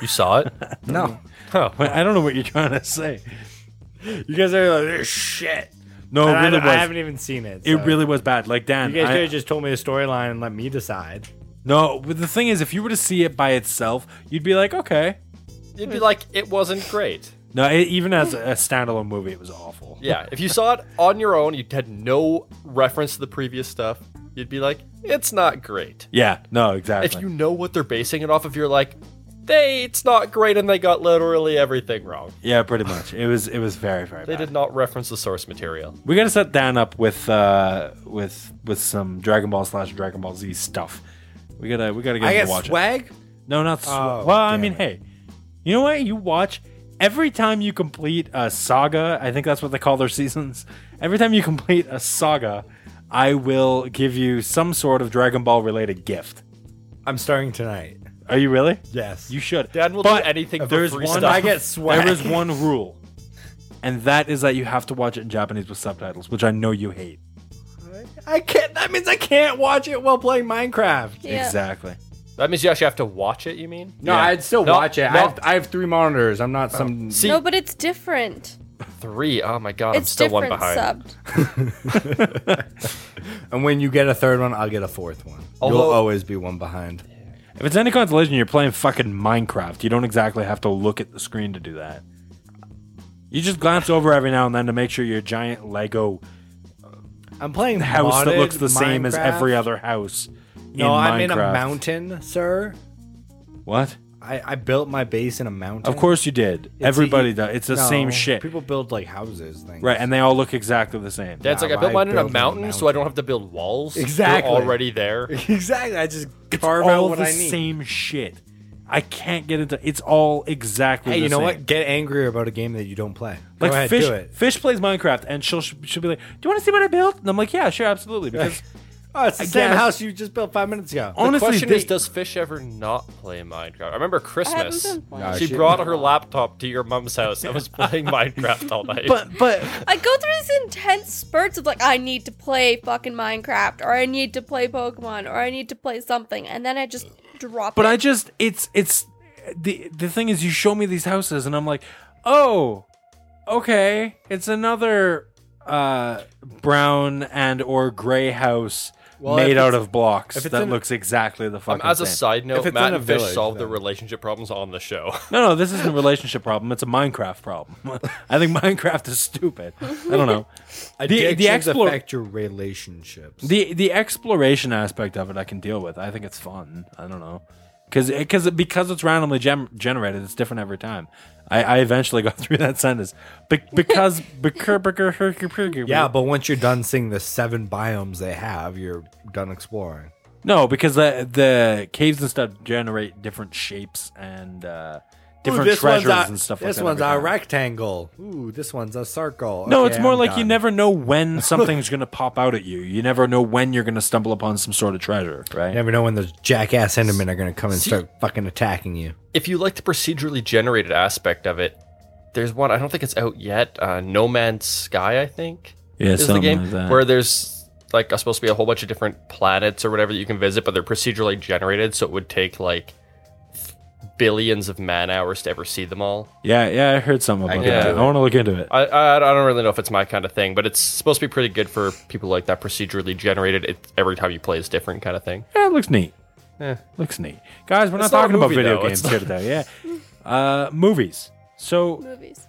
you saw it?
No.
Wait, I don't know what you're trying to say.
You guys are like this shit.
No,
And
it
I,
really
don't- I
was.
haven't even seen it.
It
so-
really was bad. Like Dan,
You guys
I-
could have just told me the storyline and let me decide.
no. But the thing is, if you were to see it by itself, you'd be like, okay.
You'd be like, it wasn't great.
No, it, even as a, a standalone movie, it was awful.
Yeah, if you saw it on your own, you had no reference to the previous stuff, you'd be like, it's not great.
Yeah, no,
If
exactly.
you know what they're basing it off of, you're like, they, it's not great, and they got literally everything wrong.
yeah, pretty much. It was it was very very
They
bad.
did not reference the source material.
We gotta set Dan up with uh with with some Dragon Ball slash Dragon Ball Z stuff. We gotta we gotta get him to watch it.
swag.
No, not sw-
Oh,
well. I
damn
mean,
it.
hey, you know what? You watch every time you complete a saga. I think that's what they call their seasons. Every time you complete a saga, I will give you some sort of Dragon Ball related gift.
I'm starting tonight.
Are you really?
Yes.
You should.
Dan will
but
do anything for
there's
free
one.
stuff.
I get swag.
There is one rule, and that is that you have to watch it in Japanese with subtitles, which I know you hate.
I can't. That means I can't watch it while playing Minecraft.
Yeah.
Exactly.
That means you actually have to watch it, you mean?
No,
Yeah. Oh.
I'd still
No,
watch it. I,
no.
have, I have three monitors. I'm not some.
See,
No, but it's different.
three. Oh my god, I'm
It's
still one
different
behind.
subbed.
And when you get a third one, I'll get a fourth one. You'll
Although-
always be one behind.
If it's any consolation, you're playing fucking Minecraft. You don't exactly have to look at the screen to do that. You just glance over every now and then to make sure your giant Lego
I'm playing
house that
modded
looks the same as
Minecraft.
every other house.
No,
in
I'm
Minecraft.
in a mountain, sir.
What?
I, I built my base in a mountain.
Of course you did.
It's
Everybody
e-
does. It's the
No,
same shit.
People build like houses, things.
right, and they all look exactly the same.
Dan's
Nah,
like, I built
I
mine in a
built in a
mountain, so I don't have to build walls. They're
Exactly.
already there.
exactly. I just
it's
carve out
all
what
the
I need.
same shit. I can't get into It's all exactly
Hey,
the
you know
same.
what? Get angrier about a game that you don't play. Go
Like
ahead,
fish,
do it.
fish plays Minecraft, and she'll she'll be like, "Do you want to see what I built?" And I'm like, "Yeah, sure, absolutely." Because
Oh, it's the
I
same
guess-
house you just built five minutes ago.
The
honestly,
question
they-
is, does Fish ever not play Minecraft? I remember Christmas.
been playing.
No,
she
she-
brought her laptop to your mom's house and was playing Minecraft all night.
but but
I go through these intense spurts of like, I need to play fucking Minecraft, or I need to play Pokemon, or I need to play something, and then I just drop
but
it.
I just it's it's the the thing is you show me these houses and I'm like, oh, okay, it's another uh brown and or gray house
Well, if
made out
it's-
of blocks
if it's
that
in-
looks exactly the
um,
fucking
as a
same.
side note,
If it's
Matt
in a
and Fish
village,
solved their
then-
relationship problems on the show.
No, no, this isn't a relationship problem. It's a Minecraft problem. I think Minecraft is stupid. I don't know. the the
Addictions
explore
affect your relationships.
the the exploration aspect of it I can deal with. I think it's fun. I don't know. Cause, it- cause, it- because it's randomly gem- generated, it's different every time. I, I eventually got through that sentence. Be- because, becur, becur, hercur, percur-
yeah, but once you're done seeing the seven biomes they have, you're done exploring.
no, because the the caves and stuff generate different shapes and uh, different treasures and stuff like
This
that.
one's
every
a
time.
rectangle. Ooh, this one's a circle.
No,
Okay,
it's more
I'm
like you
done.
never know when something's going to pop out at you. You never know when you're going to stumble upon some sort of treasure, right?
Never know when those jackass Endermen are going to come and start fucking attacking you.
if you like the procedurally generated aspect of it, there's one I don't think it's out yet. Uh, no Man's Sky, I think,
Yeah,
is the
something
game
like that.
where there's like uh, supposed to be a whole bunch of different planets or whatever that you can visit, but they're procedurally generated, so it would take like billions of man hours to ever see them all.
Yeah, yeah, I heard something about
Yeah.
that. I want to look into it.
I, I I don't really know if it's my kind of thing, but it's supposed to be pretty good for people like that procedurally generated. It every time you play is different kind of thing.
Yeah, it looks neat. Looks neat. Guys, we're not talking
not a
about
movie,
video
though.
games
It's
here today. Yeah. Uh, movies. So,
movies.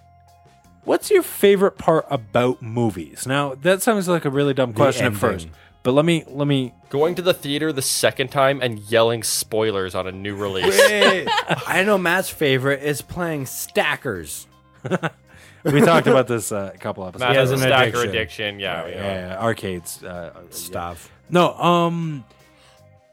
what's your favorite part about movies? Now, that sounds like a really dumb question at
ending.
first, but let me let me
Going to the theater the second time and yelling spoilers on a new release.
I know Matt's favorite is playing Stackers.
we talked about this uh, a couple episodes.
Matt has a
an
stacker
addiction.
addiction. Yeah, yeah.
Oh, yeah, yeah, arcades uh,
Stuff.
No, um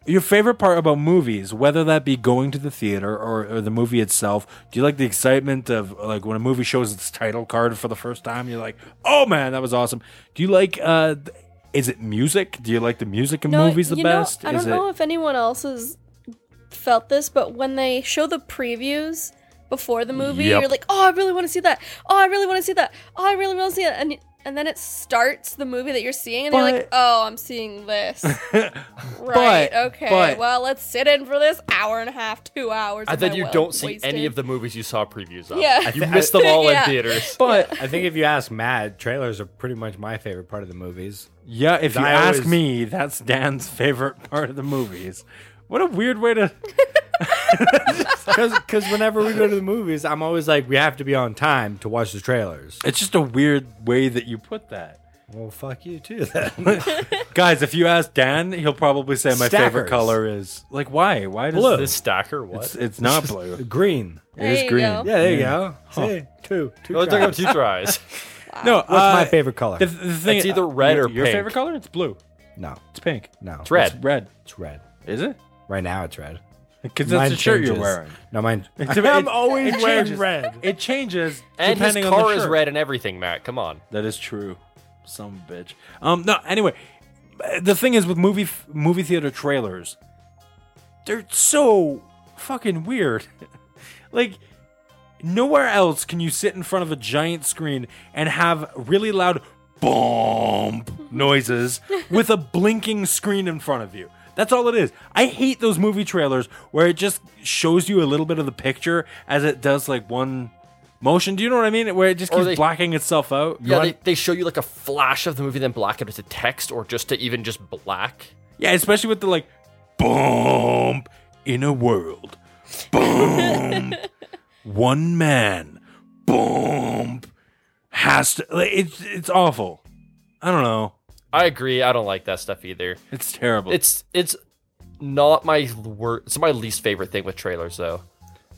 your favorite part about movies, whether that be going to the theater or, or the movie itself, do you like the excitement of like when a movie shows its title card for the first time? You're like, oh man, that was awesome. Do you like uh th- is it music? Do you like the music in movies the
you
best?
Know, I
is
don't
it
know if anyone else has felt this, but when they show the previews before the movie,
Yep.
you're like, "Oh, I really want to see that. Oh, I really want to see that. Oh, I really want to see that." And and then it starts the movie that you're seeing, and you're like, "Oh, I'm seeing this." right.
But-
okay.
but-
well, let's sit in for this hour and a half, two hours.
And
of
then
my
you
well
don't see any
wasted.
of the movies you saw previews of.
Yeah. I
You
thi-
missed them all
Yeah.
in theaters.
But I think if you ask Matt, trailers are pretty much my favorite part of the movies.
Yeah, if you
I
ask
always-
me, that's Dan's favorite part of the movies. What a weird way to
Because whenever we go to the movies, I'm always like, we have to be on time to watch the trailers.
It's just a weird way that you put that.
Well, fuck you too. Then.
Guys, if you ask Dan, he'll probably say my favorite
Stackers.
color is like why? Why does
Is
this
this stacker what?
It's, it's not blue.
Green.
There you go.
Yeah, there you go. See, two, two.
oh,
Oh,
it took him two tries.
No, uh,
What's my favorite color?
The, the thing, uh,
It's either red
your,
or
your
pink.
favorite color? It's blue.
no,
It's pink.
no,
It's red.
It's red.
It's red.
Is it?
Right now, it's red.
Because that's
Mine
the shirt you're
changes.
wearing.
No, mine.
It's- it- it changes. It changes
and his
depending on the
car is
shirt.
red and everything, Matt. Come on.
That is true. Some bitch. Um. No. Anyway, the thing is with movie movie theater trailers, they're so fucking weird. like, nowhere else can you sit in front of a giant screen and have really loud bomb noises with a blinking screen in front of you. That's all it is. I hate those movie trailers where it just shows you a little bit of the picture as it does like one motion. Do you know what I mean? Where it just
Or
keeps
they-
blacking itself out.
Yeah, they, they show you like a flash of the movie, then black it to text, or just to even just black.
Yeah, especially with the like boom in a world. Boom. One man. Boom. Has to like, it's it's awful. I don't know.
I agree. I don't like that stuff either.
It's terrible.
It's it's not my wor- It's my least favorite thing with trailers, though.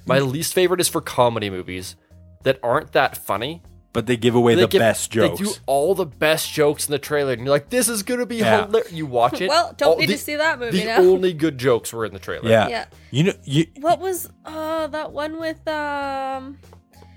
My
Hmm.
least favorite is for comedy movies that aren't that funny.
but they give away
They
the
give-
best jokes.
They do all the best jokes in the trailer, and you're like, "This is gonna be
Yeah.
hilarious." You watch it.
Well, don't
all-
need to see that movie
The
now.
only good jokes were in the trailer.
yeah.
Yeah.
You know you
What was uh that one with um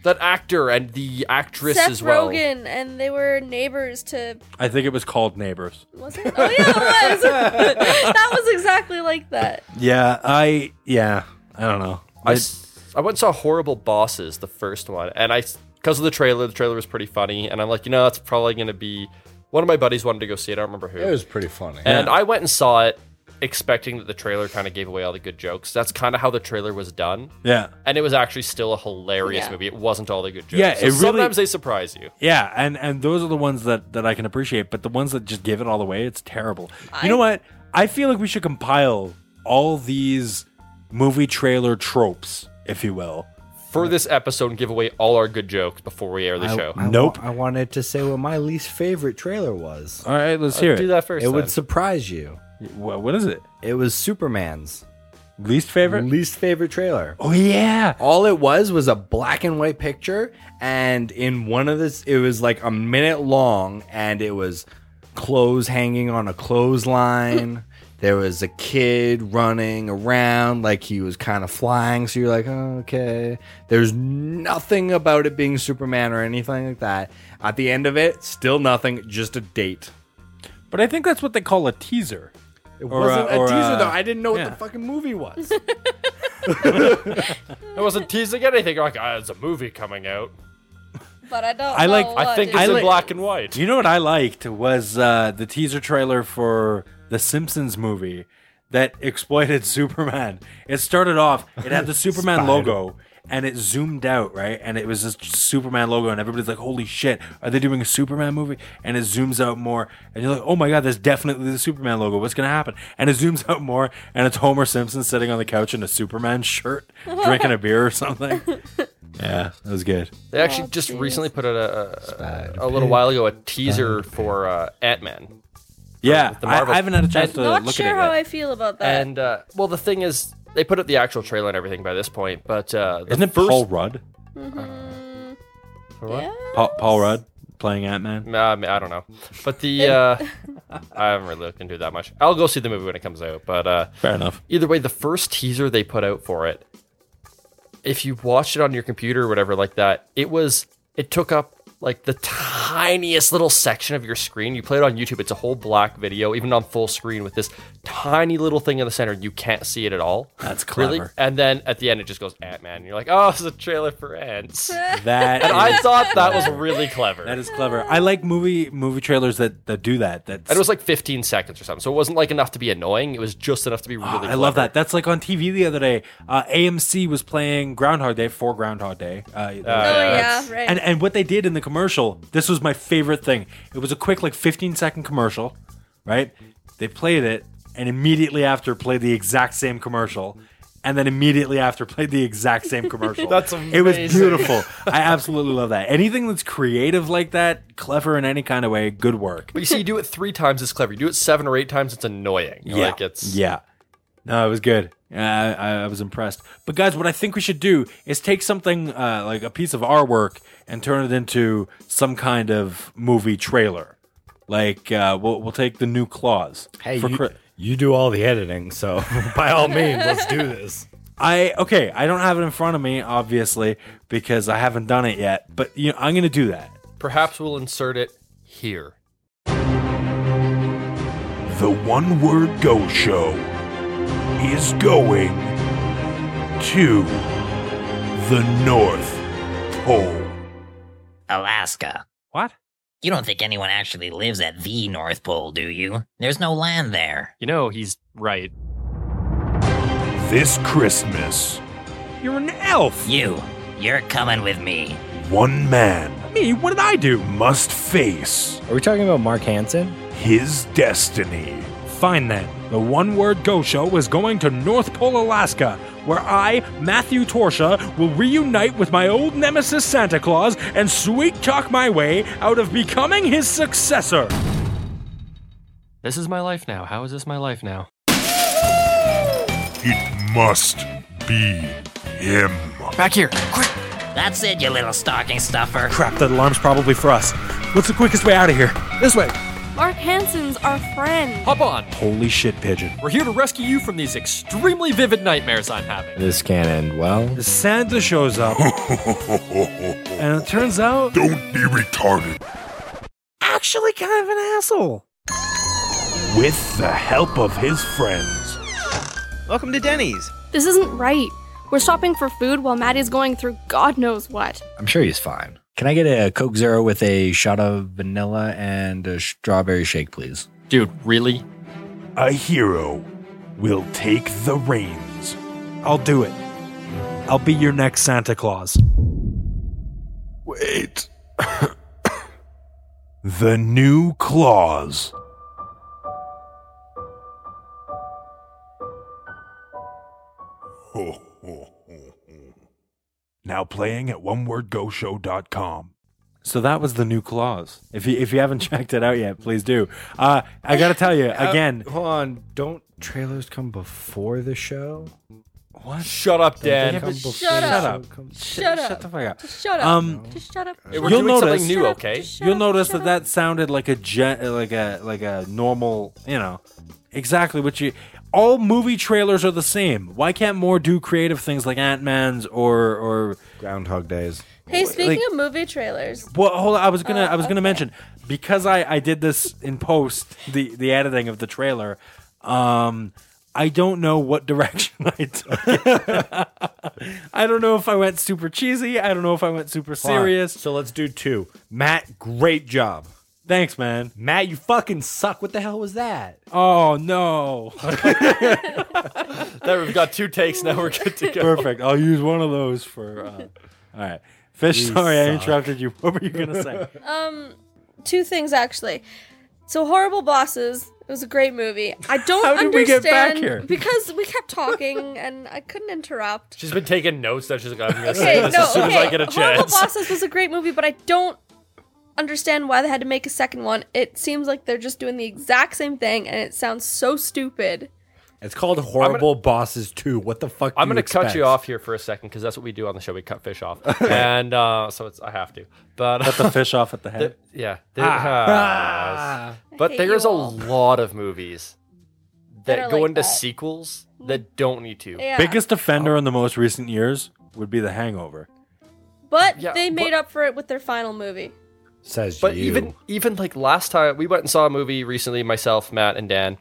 that actor and the actress
Seth
as well.
Rogen and they were neighbors to
I think it was called Neighbors.
Was it? Oh yeah, it was. that was exactly like that.
Yeah, I yeah, I don't know.
I, s- I went and saw Horrible Bosses, the first one, and I because of the trailer, the trailer was pretty funny, and I'm like, you know, that's probably gonna be. One of my buddies wanted to go see it. I don't remember who.
It was pretty funny.
And I went and saw it expecting that the trailer kind of gave away all the good jokes. That's kind of how the trailer was done.
yeah.
And it was actually still a hilarious
Yeah.
movie. It wasn't all the good jokes.
Yeah,
So
it really-
sometimes they surprise you.
Yeah, and and those are the ones that that I can appreciate, but the ones that just give it all away, it's terrible. you know what? I feel like we should compile all these movie trailer tropes, if you will.
For this episode, give away all our good jokes before we air the show.
I wa-
Nope.
I wanted to say what my least favorite trailer was.
All right, let's hear
Uh, Do
it.
that first.
It would
then.
surprise you.
Wha- what is it?
It was Superman's
Least favorite?
least favorite trailer.
oh yeah.
All it was was a black and white picture, and in one of this, it was like a minute long, and it was clothes hanging on a clothesline. There was a kid running around like he was kind of flying, so you're like, oh, okay. There's nothing about it being Superman or anything like that. At the end of it, still nothing, just a date.
But I think that's what they call a teaser.
It
Or
wasn't
a-
a,
or
teaser
a-
though. I didn't know what
yeah.
the fucking movie was.
I wasn't teasing anything. Like, ah, it's a movie coming out.
But I don't.
I like-
Know
I
what
think
it
it's in
is.
black and white.
You know what I liked was uh, the teaser trailer for the Simpsons movie that exploited Superman. It started off, it had the Superman logo and it zoomed out, right? And it was this Superman logo, and everybody's like, holy shit, are they doing a Superman movie? And it zooms out more, and you're like, oh my god, that's definitely the Superman logo. What's gonna happen? And it zooms out more, and it's Homer Simpson sitting on the couch in a Superman shirt, drinking a beer or something. Yeah, that was good.
They actually just recently put out a, a, a little while ago a teaser for uh, Ant Man.
Yeah,
the
I,
Marvel-
I haven't had a chance to
Not
look
sure
at it.
how
yet.
I feel about that.
And uh, well, the thing is, they put up the actual trailer and everything by this point. But uh, the
Isn't it
first,
Paul Rudd?
What?
Paul, Paul Rudd playing Ant Man.
Um, I don't know, but the uh, I haven't really looked into it that much. I'll go see the movie when it comes out. But uh,
Fair enough.
either way, the first teaser they put out for it, if you watched it on your computer or whatever like that, it was it took up like the tiniest little section of your screen. You play it on YouTube, it's a whole black video, even on full screen with this tiny little thing in the center. You can't see it at all.
That's clever.
And then at the end, it just goes Ant Man. You're like, oh, it's a trailer for ants. and
That
I
is,
thought that was really clever.
that is clever. I like movie movie trailers that, that do that. That
And it was like 15 seconds or something. So it wasn't like enough to be annoying. It was just enough to be really.
Ah, I love
clever.
that. That's like on TV the other day. Uh, AMC was playing Groundhog Day for Groundhog Day. Uh,
oh
yeah,
yeah,
that's-
right.
and and what they did in the commercial, this was my favorite thing. It was a quick like 15 second commercial, right? They played it and immediately after played the exact same commercial. And then immediately after played the exact same commercial.
That's
It was
amazing.
beautiful. I absolutely love that. Anything that's creative like that, clever in any kind of way, good work.
But you see, you do it three times, it's clever. You do it seven or eight times, it's annoying. Like it's
yeah. No, it was good. Yeah, I, I- I was impressed. But guys, what I think we should do is take something uh, like a piece of our work and turn it into some kind of movie trailer. Like uh, we'll we'll take the new claws.
Hey,
for
you,
Chri-
you do all the editing, so by all means, let's do this.
I okay. I don't have it in front of me, obviously, because I haven't done it yet. But you know, I'm gonna do that.
perhaps we'll insert it here.
The One Word Go Show is going to the North Pole.
Alaska.
What?
You don't think anyone actually lives at the North Pole, do you? There's no land there.
You know, he's right.
This Christmas,
You're an elf.
You, you're coming with me.
one man
Me? What did I do?
must face
Are we talking about Mark Hansen?
his destiny.
Fine then. The One Word Go Show is going to North Pole, Alaska, where I, Matthew Torsha, will reunite with my old nemesis Santa Claus and sweet talk my way out of becoming his successor.
This is my life now. How is this my life now?
It must be him.
Back here.
That's it, you little stocking stuffer.
Crap, that alarm's probably for us. What's the quickest way out of here? This way.
Mark Hansen's our friend.
Hop on.
Holy shit, Pigeon.
We're here to rescue you from these extremely vivid nightmares I'm having.
This can't end well.
Santa shows up, and it turns out
Don't be retarded.
actually kind of an asshole.
With the help of his friends,
Welcome to Denny's.
This isn't right. We're stopping for food while Maddie's going through God knows what.
I'm sure he's fine.
Can I get a Coke Zero with a shot of vanilla and a strawberry shake, please?
Dude, really?
a hero will take the reins.
I'll do it. I'll be your next Santa Claus.
Wait. the new claws. now playing at onewordgoshow.com.
So that was the new clause. If you if you haven't checked it out yet, please do. Uh, I gotta tell you again.
Hold on. Don't trailers come before the show?
Shut up, Dan.
Come before
shut
the
up.
show comes-
Shut up.
Shut the fuck up.
Just shut up.
Um,
Just shut up.
We're
You'll
doing
notice-
something new,
Shut up,
okay?
just shut
You'll
up,
notice
shut
that that sounded like a gen, like a like a normal you know Exactly what you. All movie trailers are the same. Why can't more do creative things like Ant Man's or or
Groundhog Days?
Hey, speaking
Like-
of movie trailers,
Well, hold on. I was gonna.
Oh,
I was gonna mention because I I did this in post the the editing of the trailer. Um, I don't know what direction I took. it. I don't know if I went super cheesy. I don't know if I went super serious.
So let's do two. Matt, great job.
Thanks, man.
Matt, you fucking suck. What the hell was that?
Oh no!
There, we've got two takes now. We're good to go.
Perfect. I'll use one of those for. Uh, all right, fish. sorry, I interrupted you. What were you gonna say?
two things actually. So horrible bosses. It was a great movie. I don't
How did
understand
we get back here?
because we kept talking and I couldn't interrupt.
She's been taking notes. That she's like, I'm gonna
Okay,
say this
no,
as soon
okay.
as I get a
Horrible
chance.
Bosses was a great movie, but I don't understand why they had to make a second one. It seems like they're just doing the exact same thing, and it sounds so stupid.
It's called Horrible Bosses 2. What the fuck?
I'm
do
going to cut
expect?
you off here for a second because that's what we do on the show. We cut fish off, and uh, so it's I have to. But
Cut the fish off at the head.
yeah, There- ah. but
hate
there's
you
a
all.
lot of movies
That
that,
are
go
like
into
that.
sequels that don't need to.
Yeah,
Biggest offender in the most recent years would be The Hangover.
but
yeah,
they made
but-
up for it with their final movie.
Says
But
you.
even even like last time we went and saw a movie recently, myself, Matt, and Dan,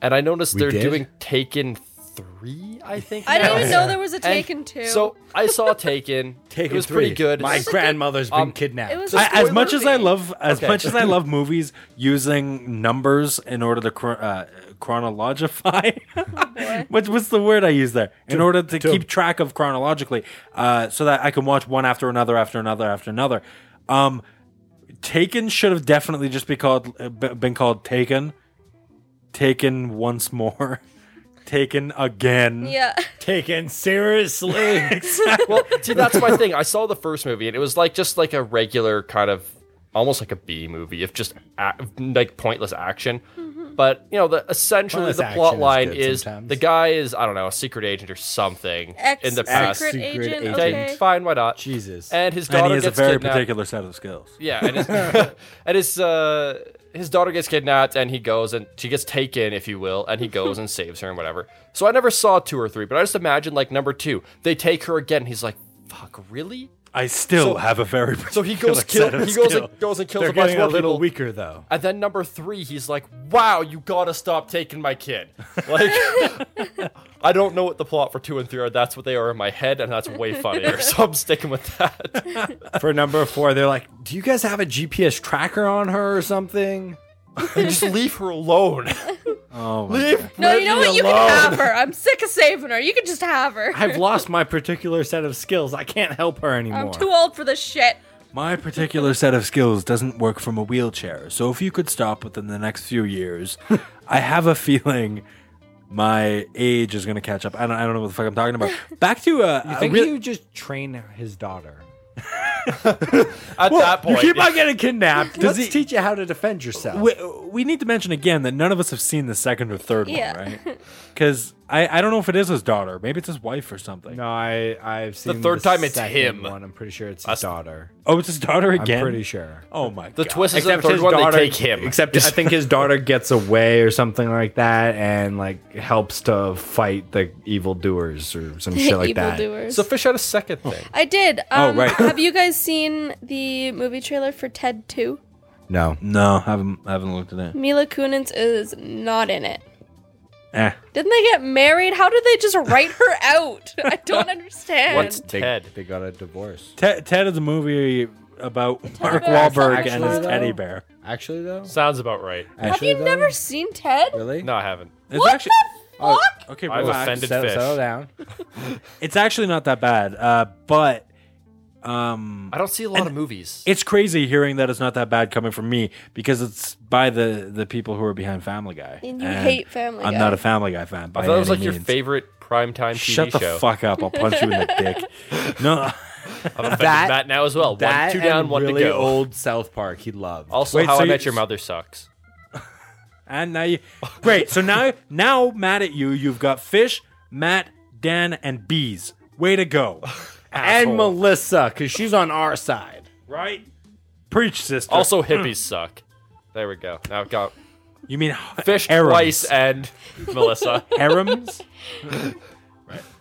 and I noticed
We
they're
did?
doing Taken three. I think
I
now.
didn't even know there was a Taken two.
So I saw Taken.
Taken
it was
three.
pretty good.
My grandmother's been
um,
kidnapped.
it was
I, as
spoiler
much as I
thing.
love, as
Okay.
much as I love movies using numbers in order to chro- uh, chronologify,
Oh,
what, what's the word I use there? In order to, keep track of chronologically, uh, so that I can watch one after another after another after another. Um, Taken should have definitely just be called uh, b- been called Taken, Taken once more, Taken again.
yeah,
taken seriously.
well, see, that's my thing. I saw the first movie, and it was like just like a regular kind of almost like a B movie of just a- like pointless action. But you know, the essentially
Pointless
the
action
plot
is
line
good
is,
sometimes.
the guy is I don't know a secret agent or something
ex
in the past.
secret
Ex-secret
agent.
agent.
Okay,
Okay,
fine, why not?
Jesus.
And his daughter
And he has a
gets
very
kidnapped.
particular set of skills.
Yeah, and his and his uh, his daughter gets kidnapped, and he goes and she gets taken, if you will, and he goes and saves her and whatever. So I never saw two or three, but I just imagine like number two, they take her again. And he's like, "Fuck, really?"
I still
So-
have a very
So he goes
particular
kill.
set of
He goes
skill.
and goes and kills
They're
a bunch
getting a
more
little
people.
weaker though.
And then number three, he's like, "Wow, you gotta stop taking my kid." Like, I don't know what the plot for two and three are. That's what they are in my head, and that's way funnier. So I'm sticking with that.
For number four, they're like, "Do you guys have a GPS tracker on her or something?"
Just leave her alone.
Oh my
Leave.
no, you know what? You can have her. I'm sick of saving her. You can just have her.
I've lost my particular set of skills. I can't help her anymore.
I'm too old for this shit.
My particular set of skills doesn't work from a wheelchair, so if you could stop within the next few years, I have a feeling my age is going to catch up. I don't, I don't know what the fuck I'm talking about. Back to uh,
I
a
think
real-
you just train his daughter.
At that point,
you keep on getting kidnapped.
Does
Let's
he-
teach you how to defend yourself.
we, we need to mention again that none of us have seen the second or third
Yeah.
one, right? Because I, I don't know if it is his daughter. Maybe it's his wife or something.
no, I I've seen
third time it's
second
him.
One. I'm pretty sure it's his
That's-
daughter.
Oh, it's his daughter again?
I'm pretty sure.
Oh, my
the
God.
twist is in the third one. they take him.
Except I think his daughter gets away or something like that, and like helps to fight the evildoers or some shit like that.
Evildoers.
so fish out a second thing.
I did. Um,
right.
have you guys seen the movie trailer for Ted 2?
No,
No, haven't, haven't looked at it.
Mila Kunis is not in it.
Eh.
Didn't they get married? How did they just write her out? I don't understand.
What's Ted?
they got a divorce.
Ted, Ted is a movie about Mark
bear.
Wahlberg and
Actually,
his
though-
teddy bear.
Actually, though,
Sounds about right.
Have
actually,
you
though?
never seen Ted?
really?
No, I haven't.
It's
What
actually
the fuck?
okay.
I'm
relax.
offended
Settle,
fish.
settle down.
It's actually not that bad, uh, but um,
I don't see a lot of movies.
it's crazy hearing that it's not that bad coming from me because it's by the the people who are behind Family Guy.
And you hate Family
I'm
Guy.
not a Family Guy fan. By
I thought it was
any
like your
means.
favorite primetime TV
Shut the
show.
fuck up! I'll punch you in the dick. No,
I'm offended that, now as well. One,
That
two down,
and
one
really
to go.
old South Park. He loved.
Also,
Wait,
How
so
I
you-
Met Your Mother sucks.
and now you great. So now now mad at you. You've got fish, Matt, Dan, and bees. Way to go,
and
Asshole.
Melissa, because she's on our side.
right? Preach, sister.
Also, hippies suck. There we go. Now I've got
You mean
fish
harems.
twice and Melissa.
harems?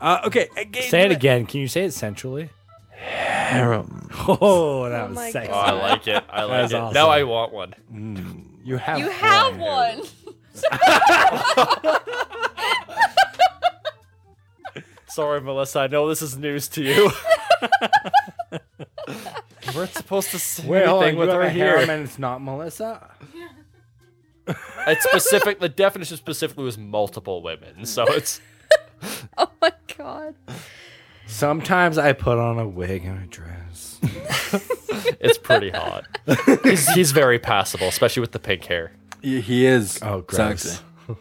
Uh, okay. again-
Say it again. Can you say it centrally? Harem. Oh, that was sexy.
Oh, I like it. I
That
like
was
it.
awesome.
Now I want one.
You have.
You have one.
Sorry, Melissa. I know this is news to you. We're supposed to say
Wait, hold on,
anything
you
with
have
our
a harem
here.
and it's not Melissa.
It's specific. The definition specifically was multiple women, so it's
oh my god.
Sometimes I put on a wig and a dress.
it's pretty hot. he's, he's very passable, especially with the pink hair.
Y- He is.
Oh, gross.
sexy.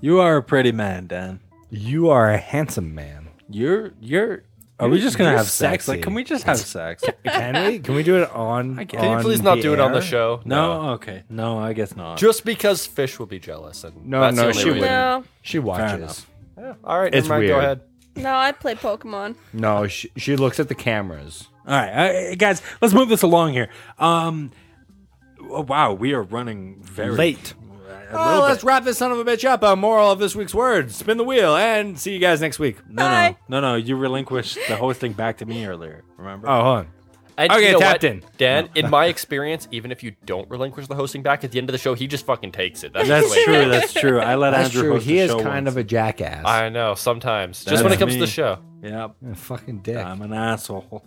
you are a pretty man, Dan.
You are a handsome man.
You're you're. Are we just gonna
You're
have sex?
sexy.
Like, can we just have sex?
Can we? Can we do it on?
Can you please not do it on the
air?
show?
no. Okay. No, I guess not.
Just because Fish will be jealous. And
No,
that's the
no,
only
she
reason.
wouldn't.
No,
She watches.
Yeah, All right,
It's
never mind, go
weird.
ahead.
no, I play Pokemon.
No, she, she looks at the cameras.
All right, uh, guys, let's move this along here. Um, oh, wow, we are running very
Late.
A
Oh,
little
let's
bit.
wrap this son of a bitch up. A moral of this week's word: spin the wheel, and see you guys next week.
No, no,
Bye.
no, no. You relinquished the hosting back to me earlier. Remember?
Oh, hold on.
And
Okay,
you know
tapped
what,
in.
Dan, in my experience, even if you don't relinquish the hosting back at the end of the show, he just fucking takes it. That's, the
that's
way it
true.
is.
That's true. I let
That's
Andrew
true.
host
He
the
is
show
kind of a jackass.
I know. Sometimes,
That
just when
is
it comes
me.
to the show,
Yep,
A fucking dick.
I'm an asshole.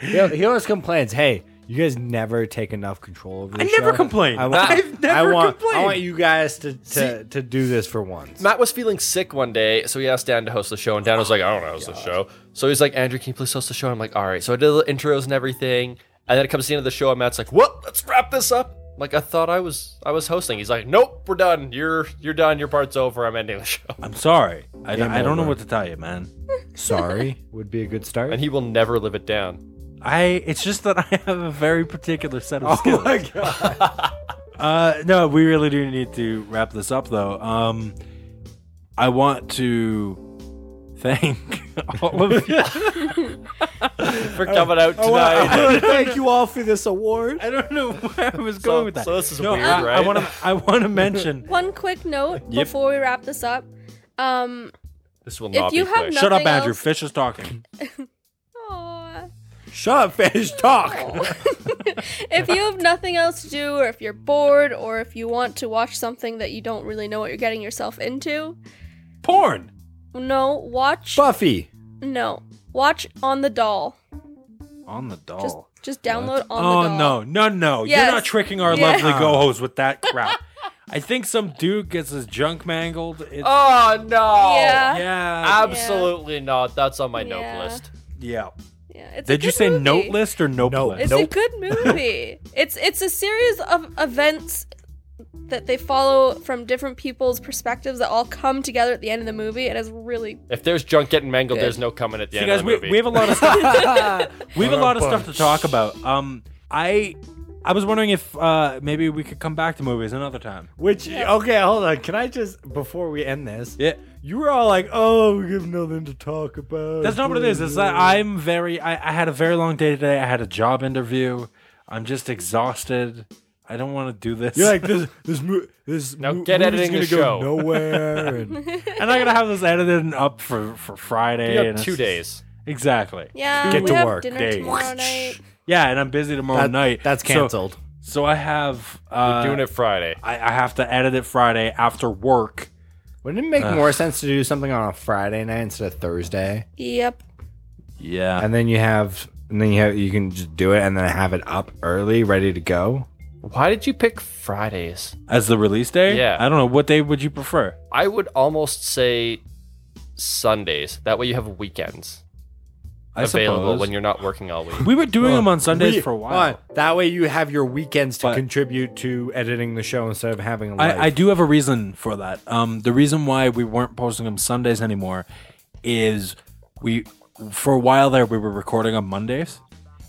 he, he always complains. Hey, you guys never take enough control over. The
I never
show.
complain.
I want,
I've never
I want, I
complained.
want you guys to, to, to do this for once.
Matt was feeling sick one day, so he asked Dan to host the show, and Dan was like, "I don't want
Oh,
to host the show." So he's like, "Andrew, can you please host the show?" I'm like, "All right." So I did the intros and everything, and then it comes to the end of the show, and Matt's like, "What? Let's wrap this up." I'm Like I thought I was, I was hosting. He's like, "Nope, we're done. You're, you're done. Your part's over. I'm ending the show."
I'm sorry. I,
Game
I don't know
over.
what to tell you, man.
Sorry would be a good start.
And he will never live it down.
I it's just that I have a very particular set of skills. Oh my god. uh no, we really do need to wrap this up though. Um I want to thank all of you.
For
Oh,
coming out
I want,
tonight.
to thank you all for this award.
I don't know where I was
So-
going with that.
so this is
no,
weird,
I, I
right?
want to I want to mention
One quick note
Yep.
before we wrap this up. Um,
This will
If
not
you
be
have
quick.
no-
Shut up,
Nothing
Andrew.
else.
Fish is talking.
aw.
Shut up, fish. Talk.
if you have nothing else to do, or if you're bored, or if you want to watch something that you don't really know what you're getting yourself into,
Porn.
no, watch
Buffy.
no, watch on the doll.
On the doll.
Just just download on the
oh
doll.
no, no, no! You're
Yes.
not tricking our
Yeah.
lovely go-host with that crap. I think some dude gets his junk mangled. It's,
Oh no!
Yeah.
Ah.
yeah,
Absolutely not. That's on my
Yeah.
note list.
yeah.
Yeah, it's a
Did you
good
say
movie.
note list or nope
Nope.
It's
list?
a good movie. it's it's a series of events that they follow from different people's perspectives that all come together at the end of the movie. It is really
If there's junk getting mangled,
Good.
there's no coming at the
See,
end
guys,
of the
we,
movie.
we have a lot of stuff. we have a lot of stuff to talk about. Um, I I was wondering if uh maybe we could come back to movies another time.
Which okay, hold on. Can I just before we end this?
Yeah,
You were all like, "Oh, we have nothing to talk about."
that's not what it is. It's that I'm very. I, I had a very long day today. I had a job interview. I'm just exhausted. I don't want to do this.
You're like this. This mo- this
Now
mo-
get
movie's
editing
gonna
the
go
show.
nowhere. And
and I gotta have this edited and up for for Friday.
You
and
have two
it's-
days.
Exactly.
yeah.
Get
we
to
have
work,
dinner
Dave.
tomorrow night.
Yeah, and I'm busy tomorrow
That-
night.
that's
So-
canceled.
So, I have.
We're
Uh,
doing it Friday.
I, I have to edit it Friday after work.
Wouldn't it make more sense to do something on a Friday night instead of Thursday?
Yep.
Yeah.
And then you have, and then you have, you can just do it, and then have it up early, ready to go.
Why did you pick Fridays?
As the release day?
Yeah.
I don't know. What day would you prefer?
I would almost say Sundays. That way you have weekends
I
available
suppose.
when you're not working all week.
We were doing them on Sundays
We-
for a while.
hold on. That way, you have your weekends to
But-
contribute to editing the show instead of having a life.
I, I do have a reason for that. Um, the reason why we weren't posting them Sundays anymore is we, for a while there, we were recording on Mondays.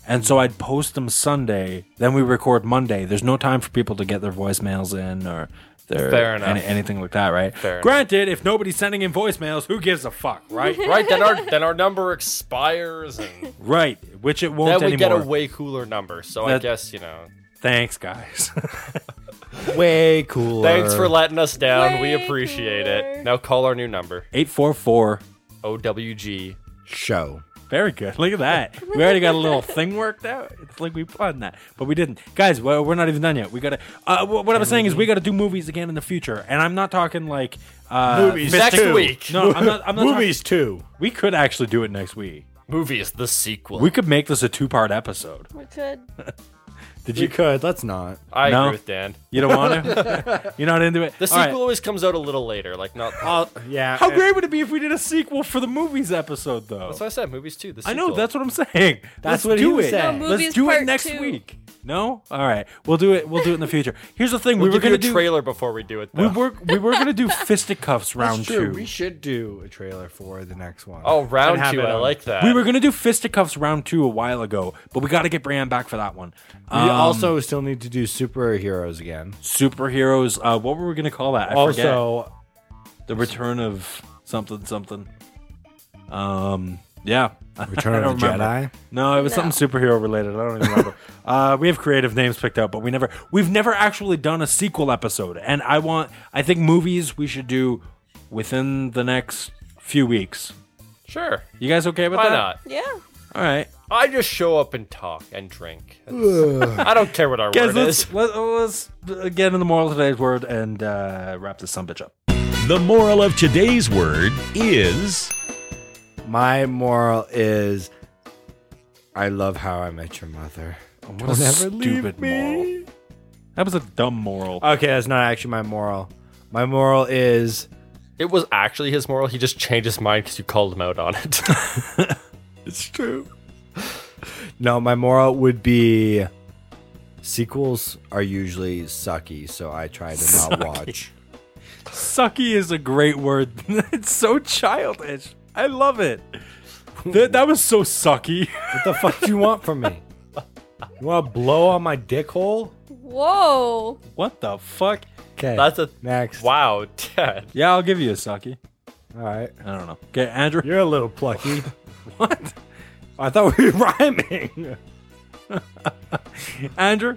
And so I'd post them Sunday, then we record Monday. There's no time for people to get their voicemails in or their
Fair enough.
any- anything like that, right?
Fair enough.
Granted, if nobody's sending in voicemails, who gives a fuck, right?
right? Then our then our number expires, and
right, which it won't
then we
anymore.
get a way cooler number. So I
That-
guess you know.
Thanks, guys.
Way cool.
Thanks for letting us down. we appreciate it. Now call our new number
844
OWG.
show.
Very good. Look at that. We already got a little thing worked out. It's like we planned that, but we didn't. Guys, well, we're not even done yet. We got to. Uh, wh- what I was saying is we got to do movies again in the future, and I'm not talking like uh,
Movies Next two. week.
No, I'm not. I'm not
Movies
two.
We could actually do it next week.
Movies, the sequel.
We could make this a two part episode.
We could.
Did
We
you?
could. Let's not.
I
No?
agree with Dan.
You don't want to? You're not into it?
The
All
sequel
right. Uh,
always comes out a little later, like not.
yeah. uh,
How great would it be if we did a sequel for the movies episode, though?
That's what I said. Movies too. The
I
sequel.
know. That's what I'm saying. Let's
what he
do
was
it.
saying. No,
Let's
movies
do it
part
next
two.
week. No. All right. We'll do it. We'll do it in the future. Here's the thing.
We'll
we were
give you
gonna
a
do.
trailer before we do it.
we
Though.
were we were gonna do fisticuffs round
That's true.
two.
We should do a trailer for the next one.
oh, round
And have
two.
it
I
on-
like that.
We were gonna do fisticuffs round two a while ago, but we got to get Brian back for that one.
We
Um,
also still need to do superheroes again.
superheroes. Uh, what were we gonna call that? I forget.
also,
The return of something something. Um. Yeah.
Return
I
of
don't
the
remember.
Jedi.
No, it was something superhero related. I don't even remember. uh, we have creative names picked out, but we never we've never actually done a sequel episode. And I want I think movies we should do within the next few weeks.
Sure.
You guys okay with
Why
that?
not?
Yeah.
All right,
I just show up and talk and drink. I don't care what our
guys.
word
Let's
is.
let, let's uh, get into the moral of today's word and uh, wrap this some bitch up.
The moral of today's word is
My moral is I love how I met your mother.
What a stupid moral. That was a dumb moral. Uh,
Okay, that's not actually my moral. My moral is
It was actually his moral. He just changed his mind because you called him out on it.
It's true. no, my moral would be sequels are usually sucky, so I try to not watch.
Sucky is a great word. it's so childish. I love it. That, that was so sucky.
What the fuck do you want from me? You want to blow on my dick hole?
Whoa.
What the fuck?
Okay.
That's a
next.
wow, Dad.
Yeah, I'll give you a sucky.
All right.
I don't know. Okay, Andrew.
You're a little plucky.
What?
I thought we were rhyming.
Andrew?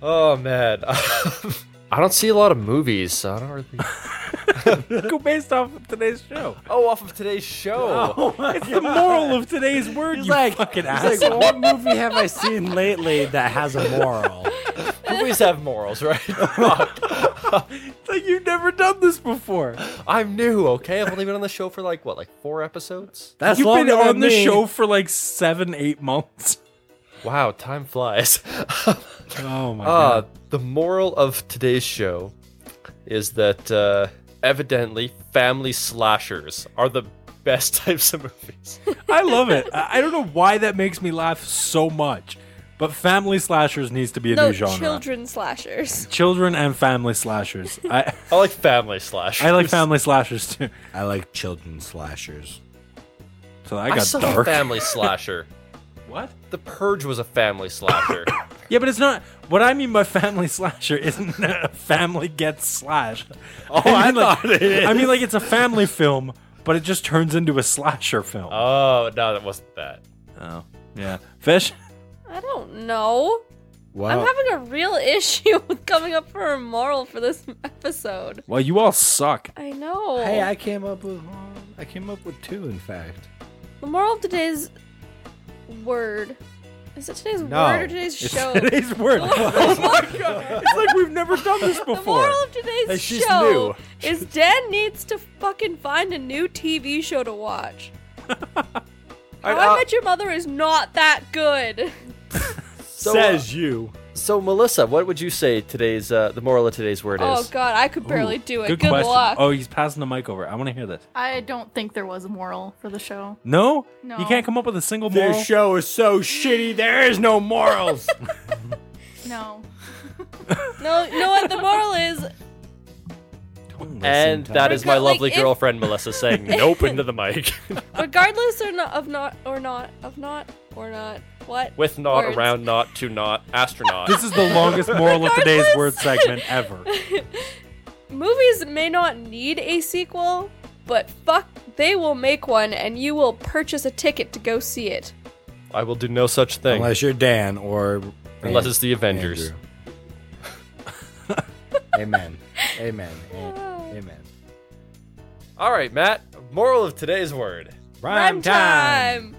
Oh man, I don't see a lot of movies, so I don't really.
Go based off of today's show.
oh, off of today's show.
Oh
It's the moral of today's word, you
like-
fucking
It's
ass.
like, what movie have I seen lately that has a moral?
Movies have morals, right?
It's like you've never done this before.
I'm new, okay? I've only been on the show for like what, like four episodes?
That's
you've been
longer than
on the
me.
show for like seven, eight months.
Wow, time flies.
Oh my
uh, the moral of today's show is that uh, evidently family slashers are the best types of movies.
I love it. I I don't know why that makes me laugh so much, but family slashers needs to be a
No,
new genre.
children slashers.
Children and family slashers. I
I like family slashers.
I like family slashers too.
I like children slashers.
So I
I,
got
saw a
dark.
family slasher.
what?
The Purge was a family slasher.
Yeah, but it's not. What I mean by family slasher isn't a family gets slashed. Oh,
I
thought it is. I mean, like it's a family film, but it just turns into a slasher film.
oh no, that wasn't that.
Oh, yeah. Fish.
I don't know.
Wow.
I'm having a real issue with coming up for a moral for this episode.
Well, you all suck.
I know.
Hey, I came up with I came up with two, in fact.
The moral of today's word. Is it today's
No.
word or today's show?
Today's word.
Oh my god.
it's like we've never done this
The
before.
moral of today's
Hey, she's
show is Dan needs to fucking find a new TV show to watch. How
uh,
I Met Your Mother is not that good.
So, uh,
Says you.
So Melissa, what would you say today's uh, the moral of today's word
Oh
is?
god, I could barely do it. Good,
question.
luck.
Oh, he's passing the mic over. I want to hear this.
I don't think there was a moral for the show.
No?
No.
You can't come up with a single moral?
This show is so shitty. There is no morals.
No.
No, you know what? The moral is
and that is my
Like,
lovely
if-
girlfriend Melissa saying nope into the mic
regardless or not of not or not of not or not what
with not
Words.
around not to not astronaut.
This is the longest moral of today's word segment ever.
movies may not need a sequel, but fuck, they will make one, and you will purchase a ticket to go see it.
I will do no such thing.
Unless you're Dan or
Unless it's the Avengers.
Andrew.
Amen. Amen. Amen.
All right, Matt. Moral of today's word.
Rhyme time.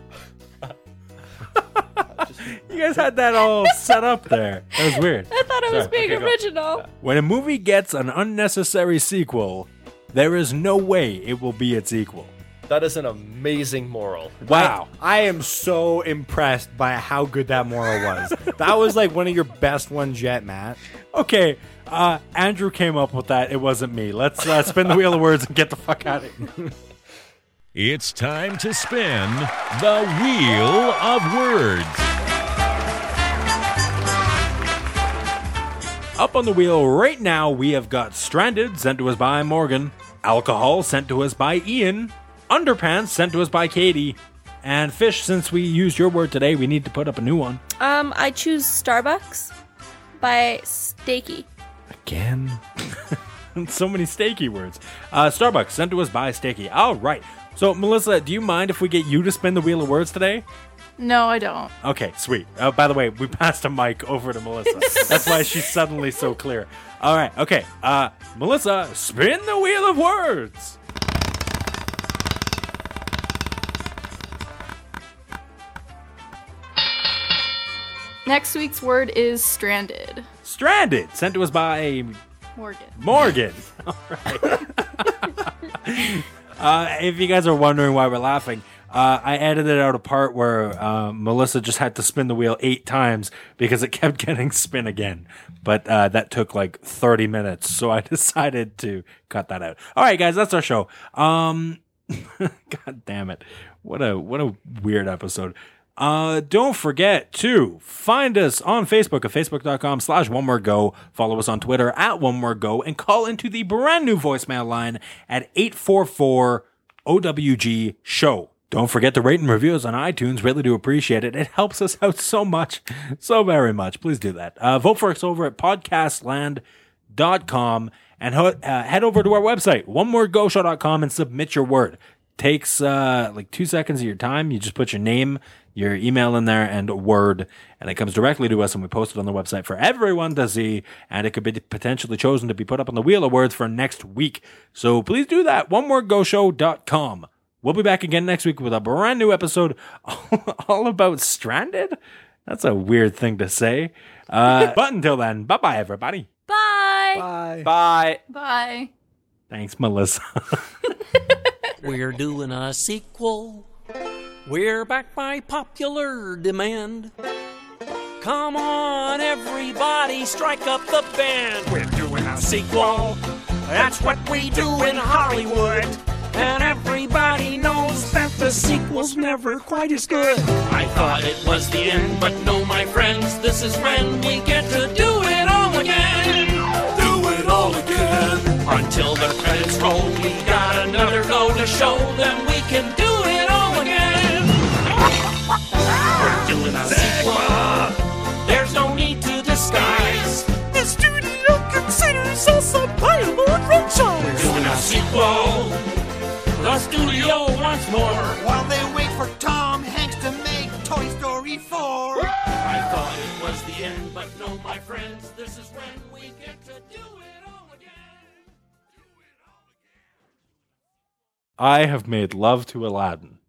you guys had that all set up there. That was weird.
I thought I was
Sorry.
being
Okay, go.
original.
When a movie gets an unnecessary sequel, there is no way it will be its equal.
That is an amazing moral.
Wow.
I am so impressed by how good that moral was. that was like one of your best ones yet, Matt.
Okay, uh, Andrew came up with that. It wasn't me. Let's uh, spin the wheel of words and get the fuck out of here.
It's time to spin the Wheel of Words.
Up on the wheel right now, we have got Stranded, sent to us by Morgan, Alcohol, sent to us by Ian, Underpants, sent to us by Katie, and Fish, since we used your word today, we need to put up a new one.
Um, I choose Starbucks by Stakey.
Again? so many stakey words. Uh, Starbucks, sent to us by Stakey. All right. So, Melissa, do you mind if we get you to spin the wheel of words today?
No, I don't.
Okay, sweet. Uh, by the way, we passed a mic over to Melissa. That's why she's suddenly so clear. All right, okay. Uh, Melissa, spin the wheel of words.
Next week's word is stranded.
Stranded, sent to us by
Morgan.
Morgan. All right. uh, if you guys are wondering why we're laughing, uh, I edited out a part where uh, Melissa just had to spin the wheel eight times because it kept getting spin again. But uh, that took like 30 minutes, so I decided to cut that out. All right, guys, that's our show. Um, God damn it. What a what a weird episode. Uh, don't forget to find us on Facebook at facebook.com slash one more go. Follow us on Twitter at one more go and call into the brand new voicemail line at 844 OWG show. Don't forget to rate and review us on iTunes. Really do appreciate it. It helps us out so much, so very much. Please do that. Uh, vote for us over at podcastland.com and ho- uh, head over to our website, onemorego.com, and submit your word. Takes uh, like two seconds of your time. You just put your name, your email in there, and a word, and it comes directly to us, and we post it on the website for everyone to see. And it could be potentially chosen to be put up on the Wheel of Words for next week. So please do that. OneMoreGoShow.com. We'll be back again next week with a brand new episode all about Stranded. That's a weird thing to say. Uh, but until then, bye bye, everybody.
Bye.
Bye.
Bye.
Bye.
Thanks, Melissa.
We're doing a sequel. We're back by popular demand. Come on, everybody, strike up the band. We're doing a sequel. That's what we do in Hollywood. And everybody knows that the sequel's never quite as good. I thought it was the end, but no, my friends, this is when we get to do it all again. Do it all again. Until the credits roll, we got another go to show them we can do it all again. We're doing a sequel. There's no need to disguise. The studio considers us a viable franchise. We're doing a sequel. The studio wants more.
While they wait for Tom Hanks to make Toy Story 4.
I thought it was the end, but no, my friends, this is when we get to do it all again.
I have made love to Aladdin.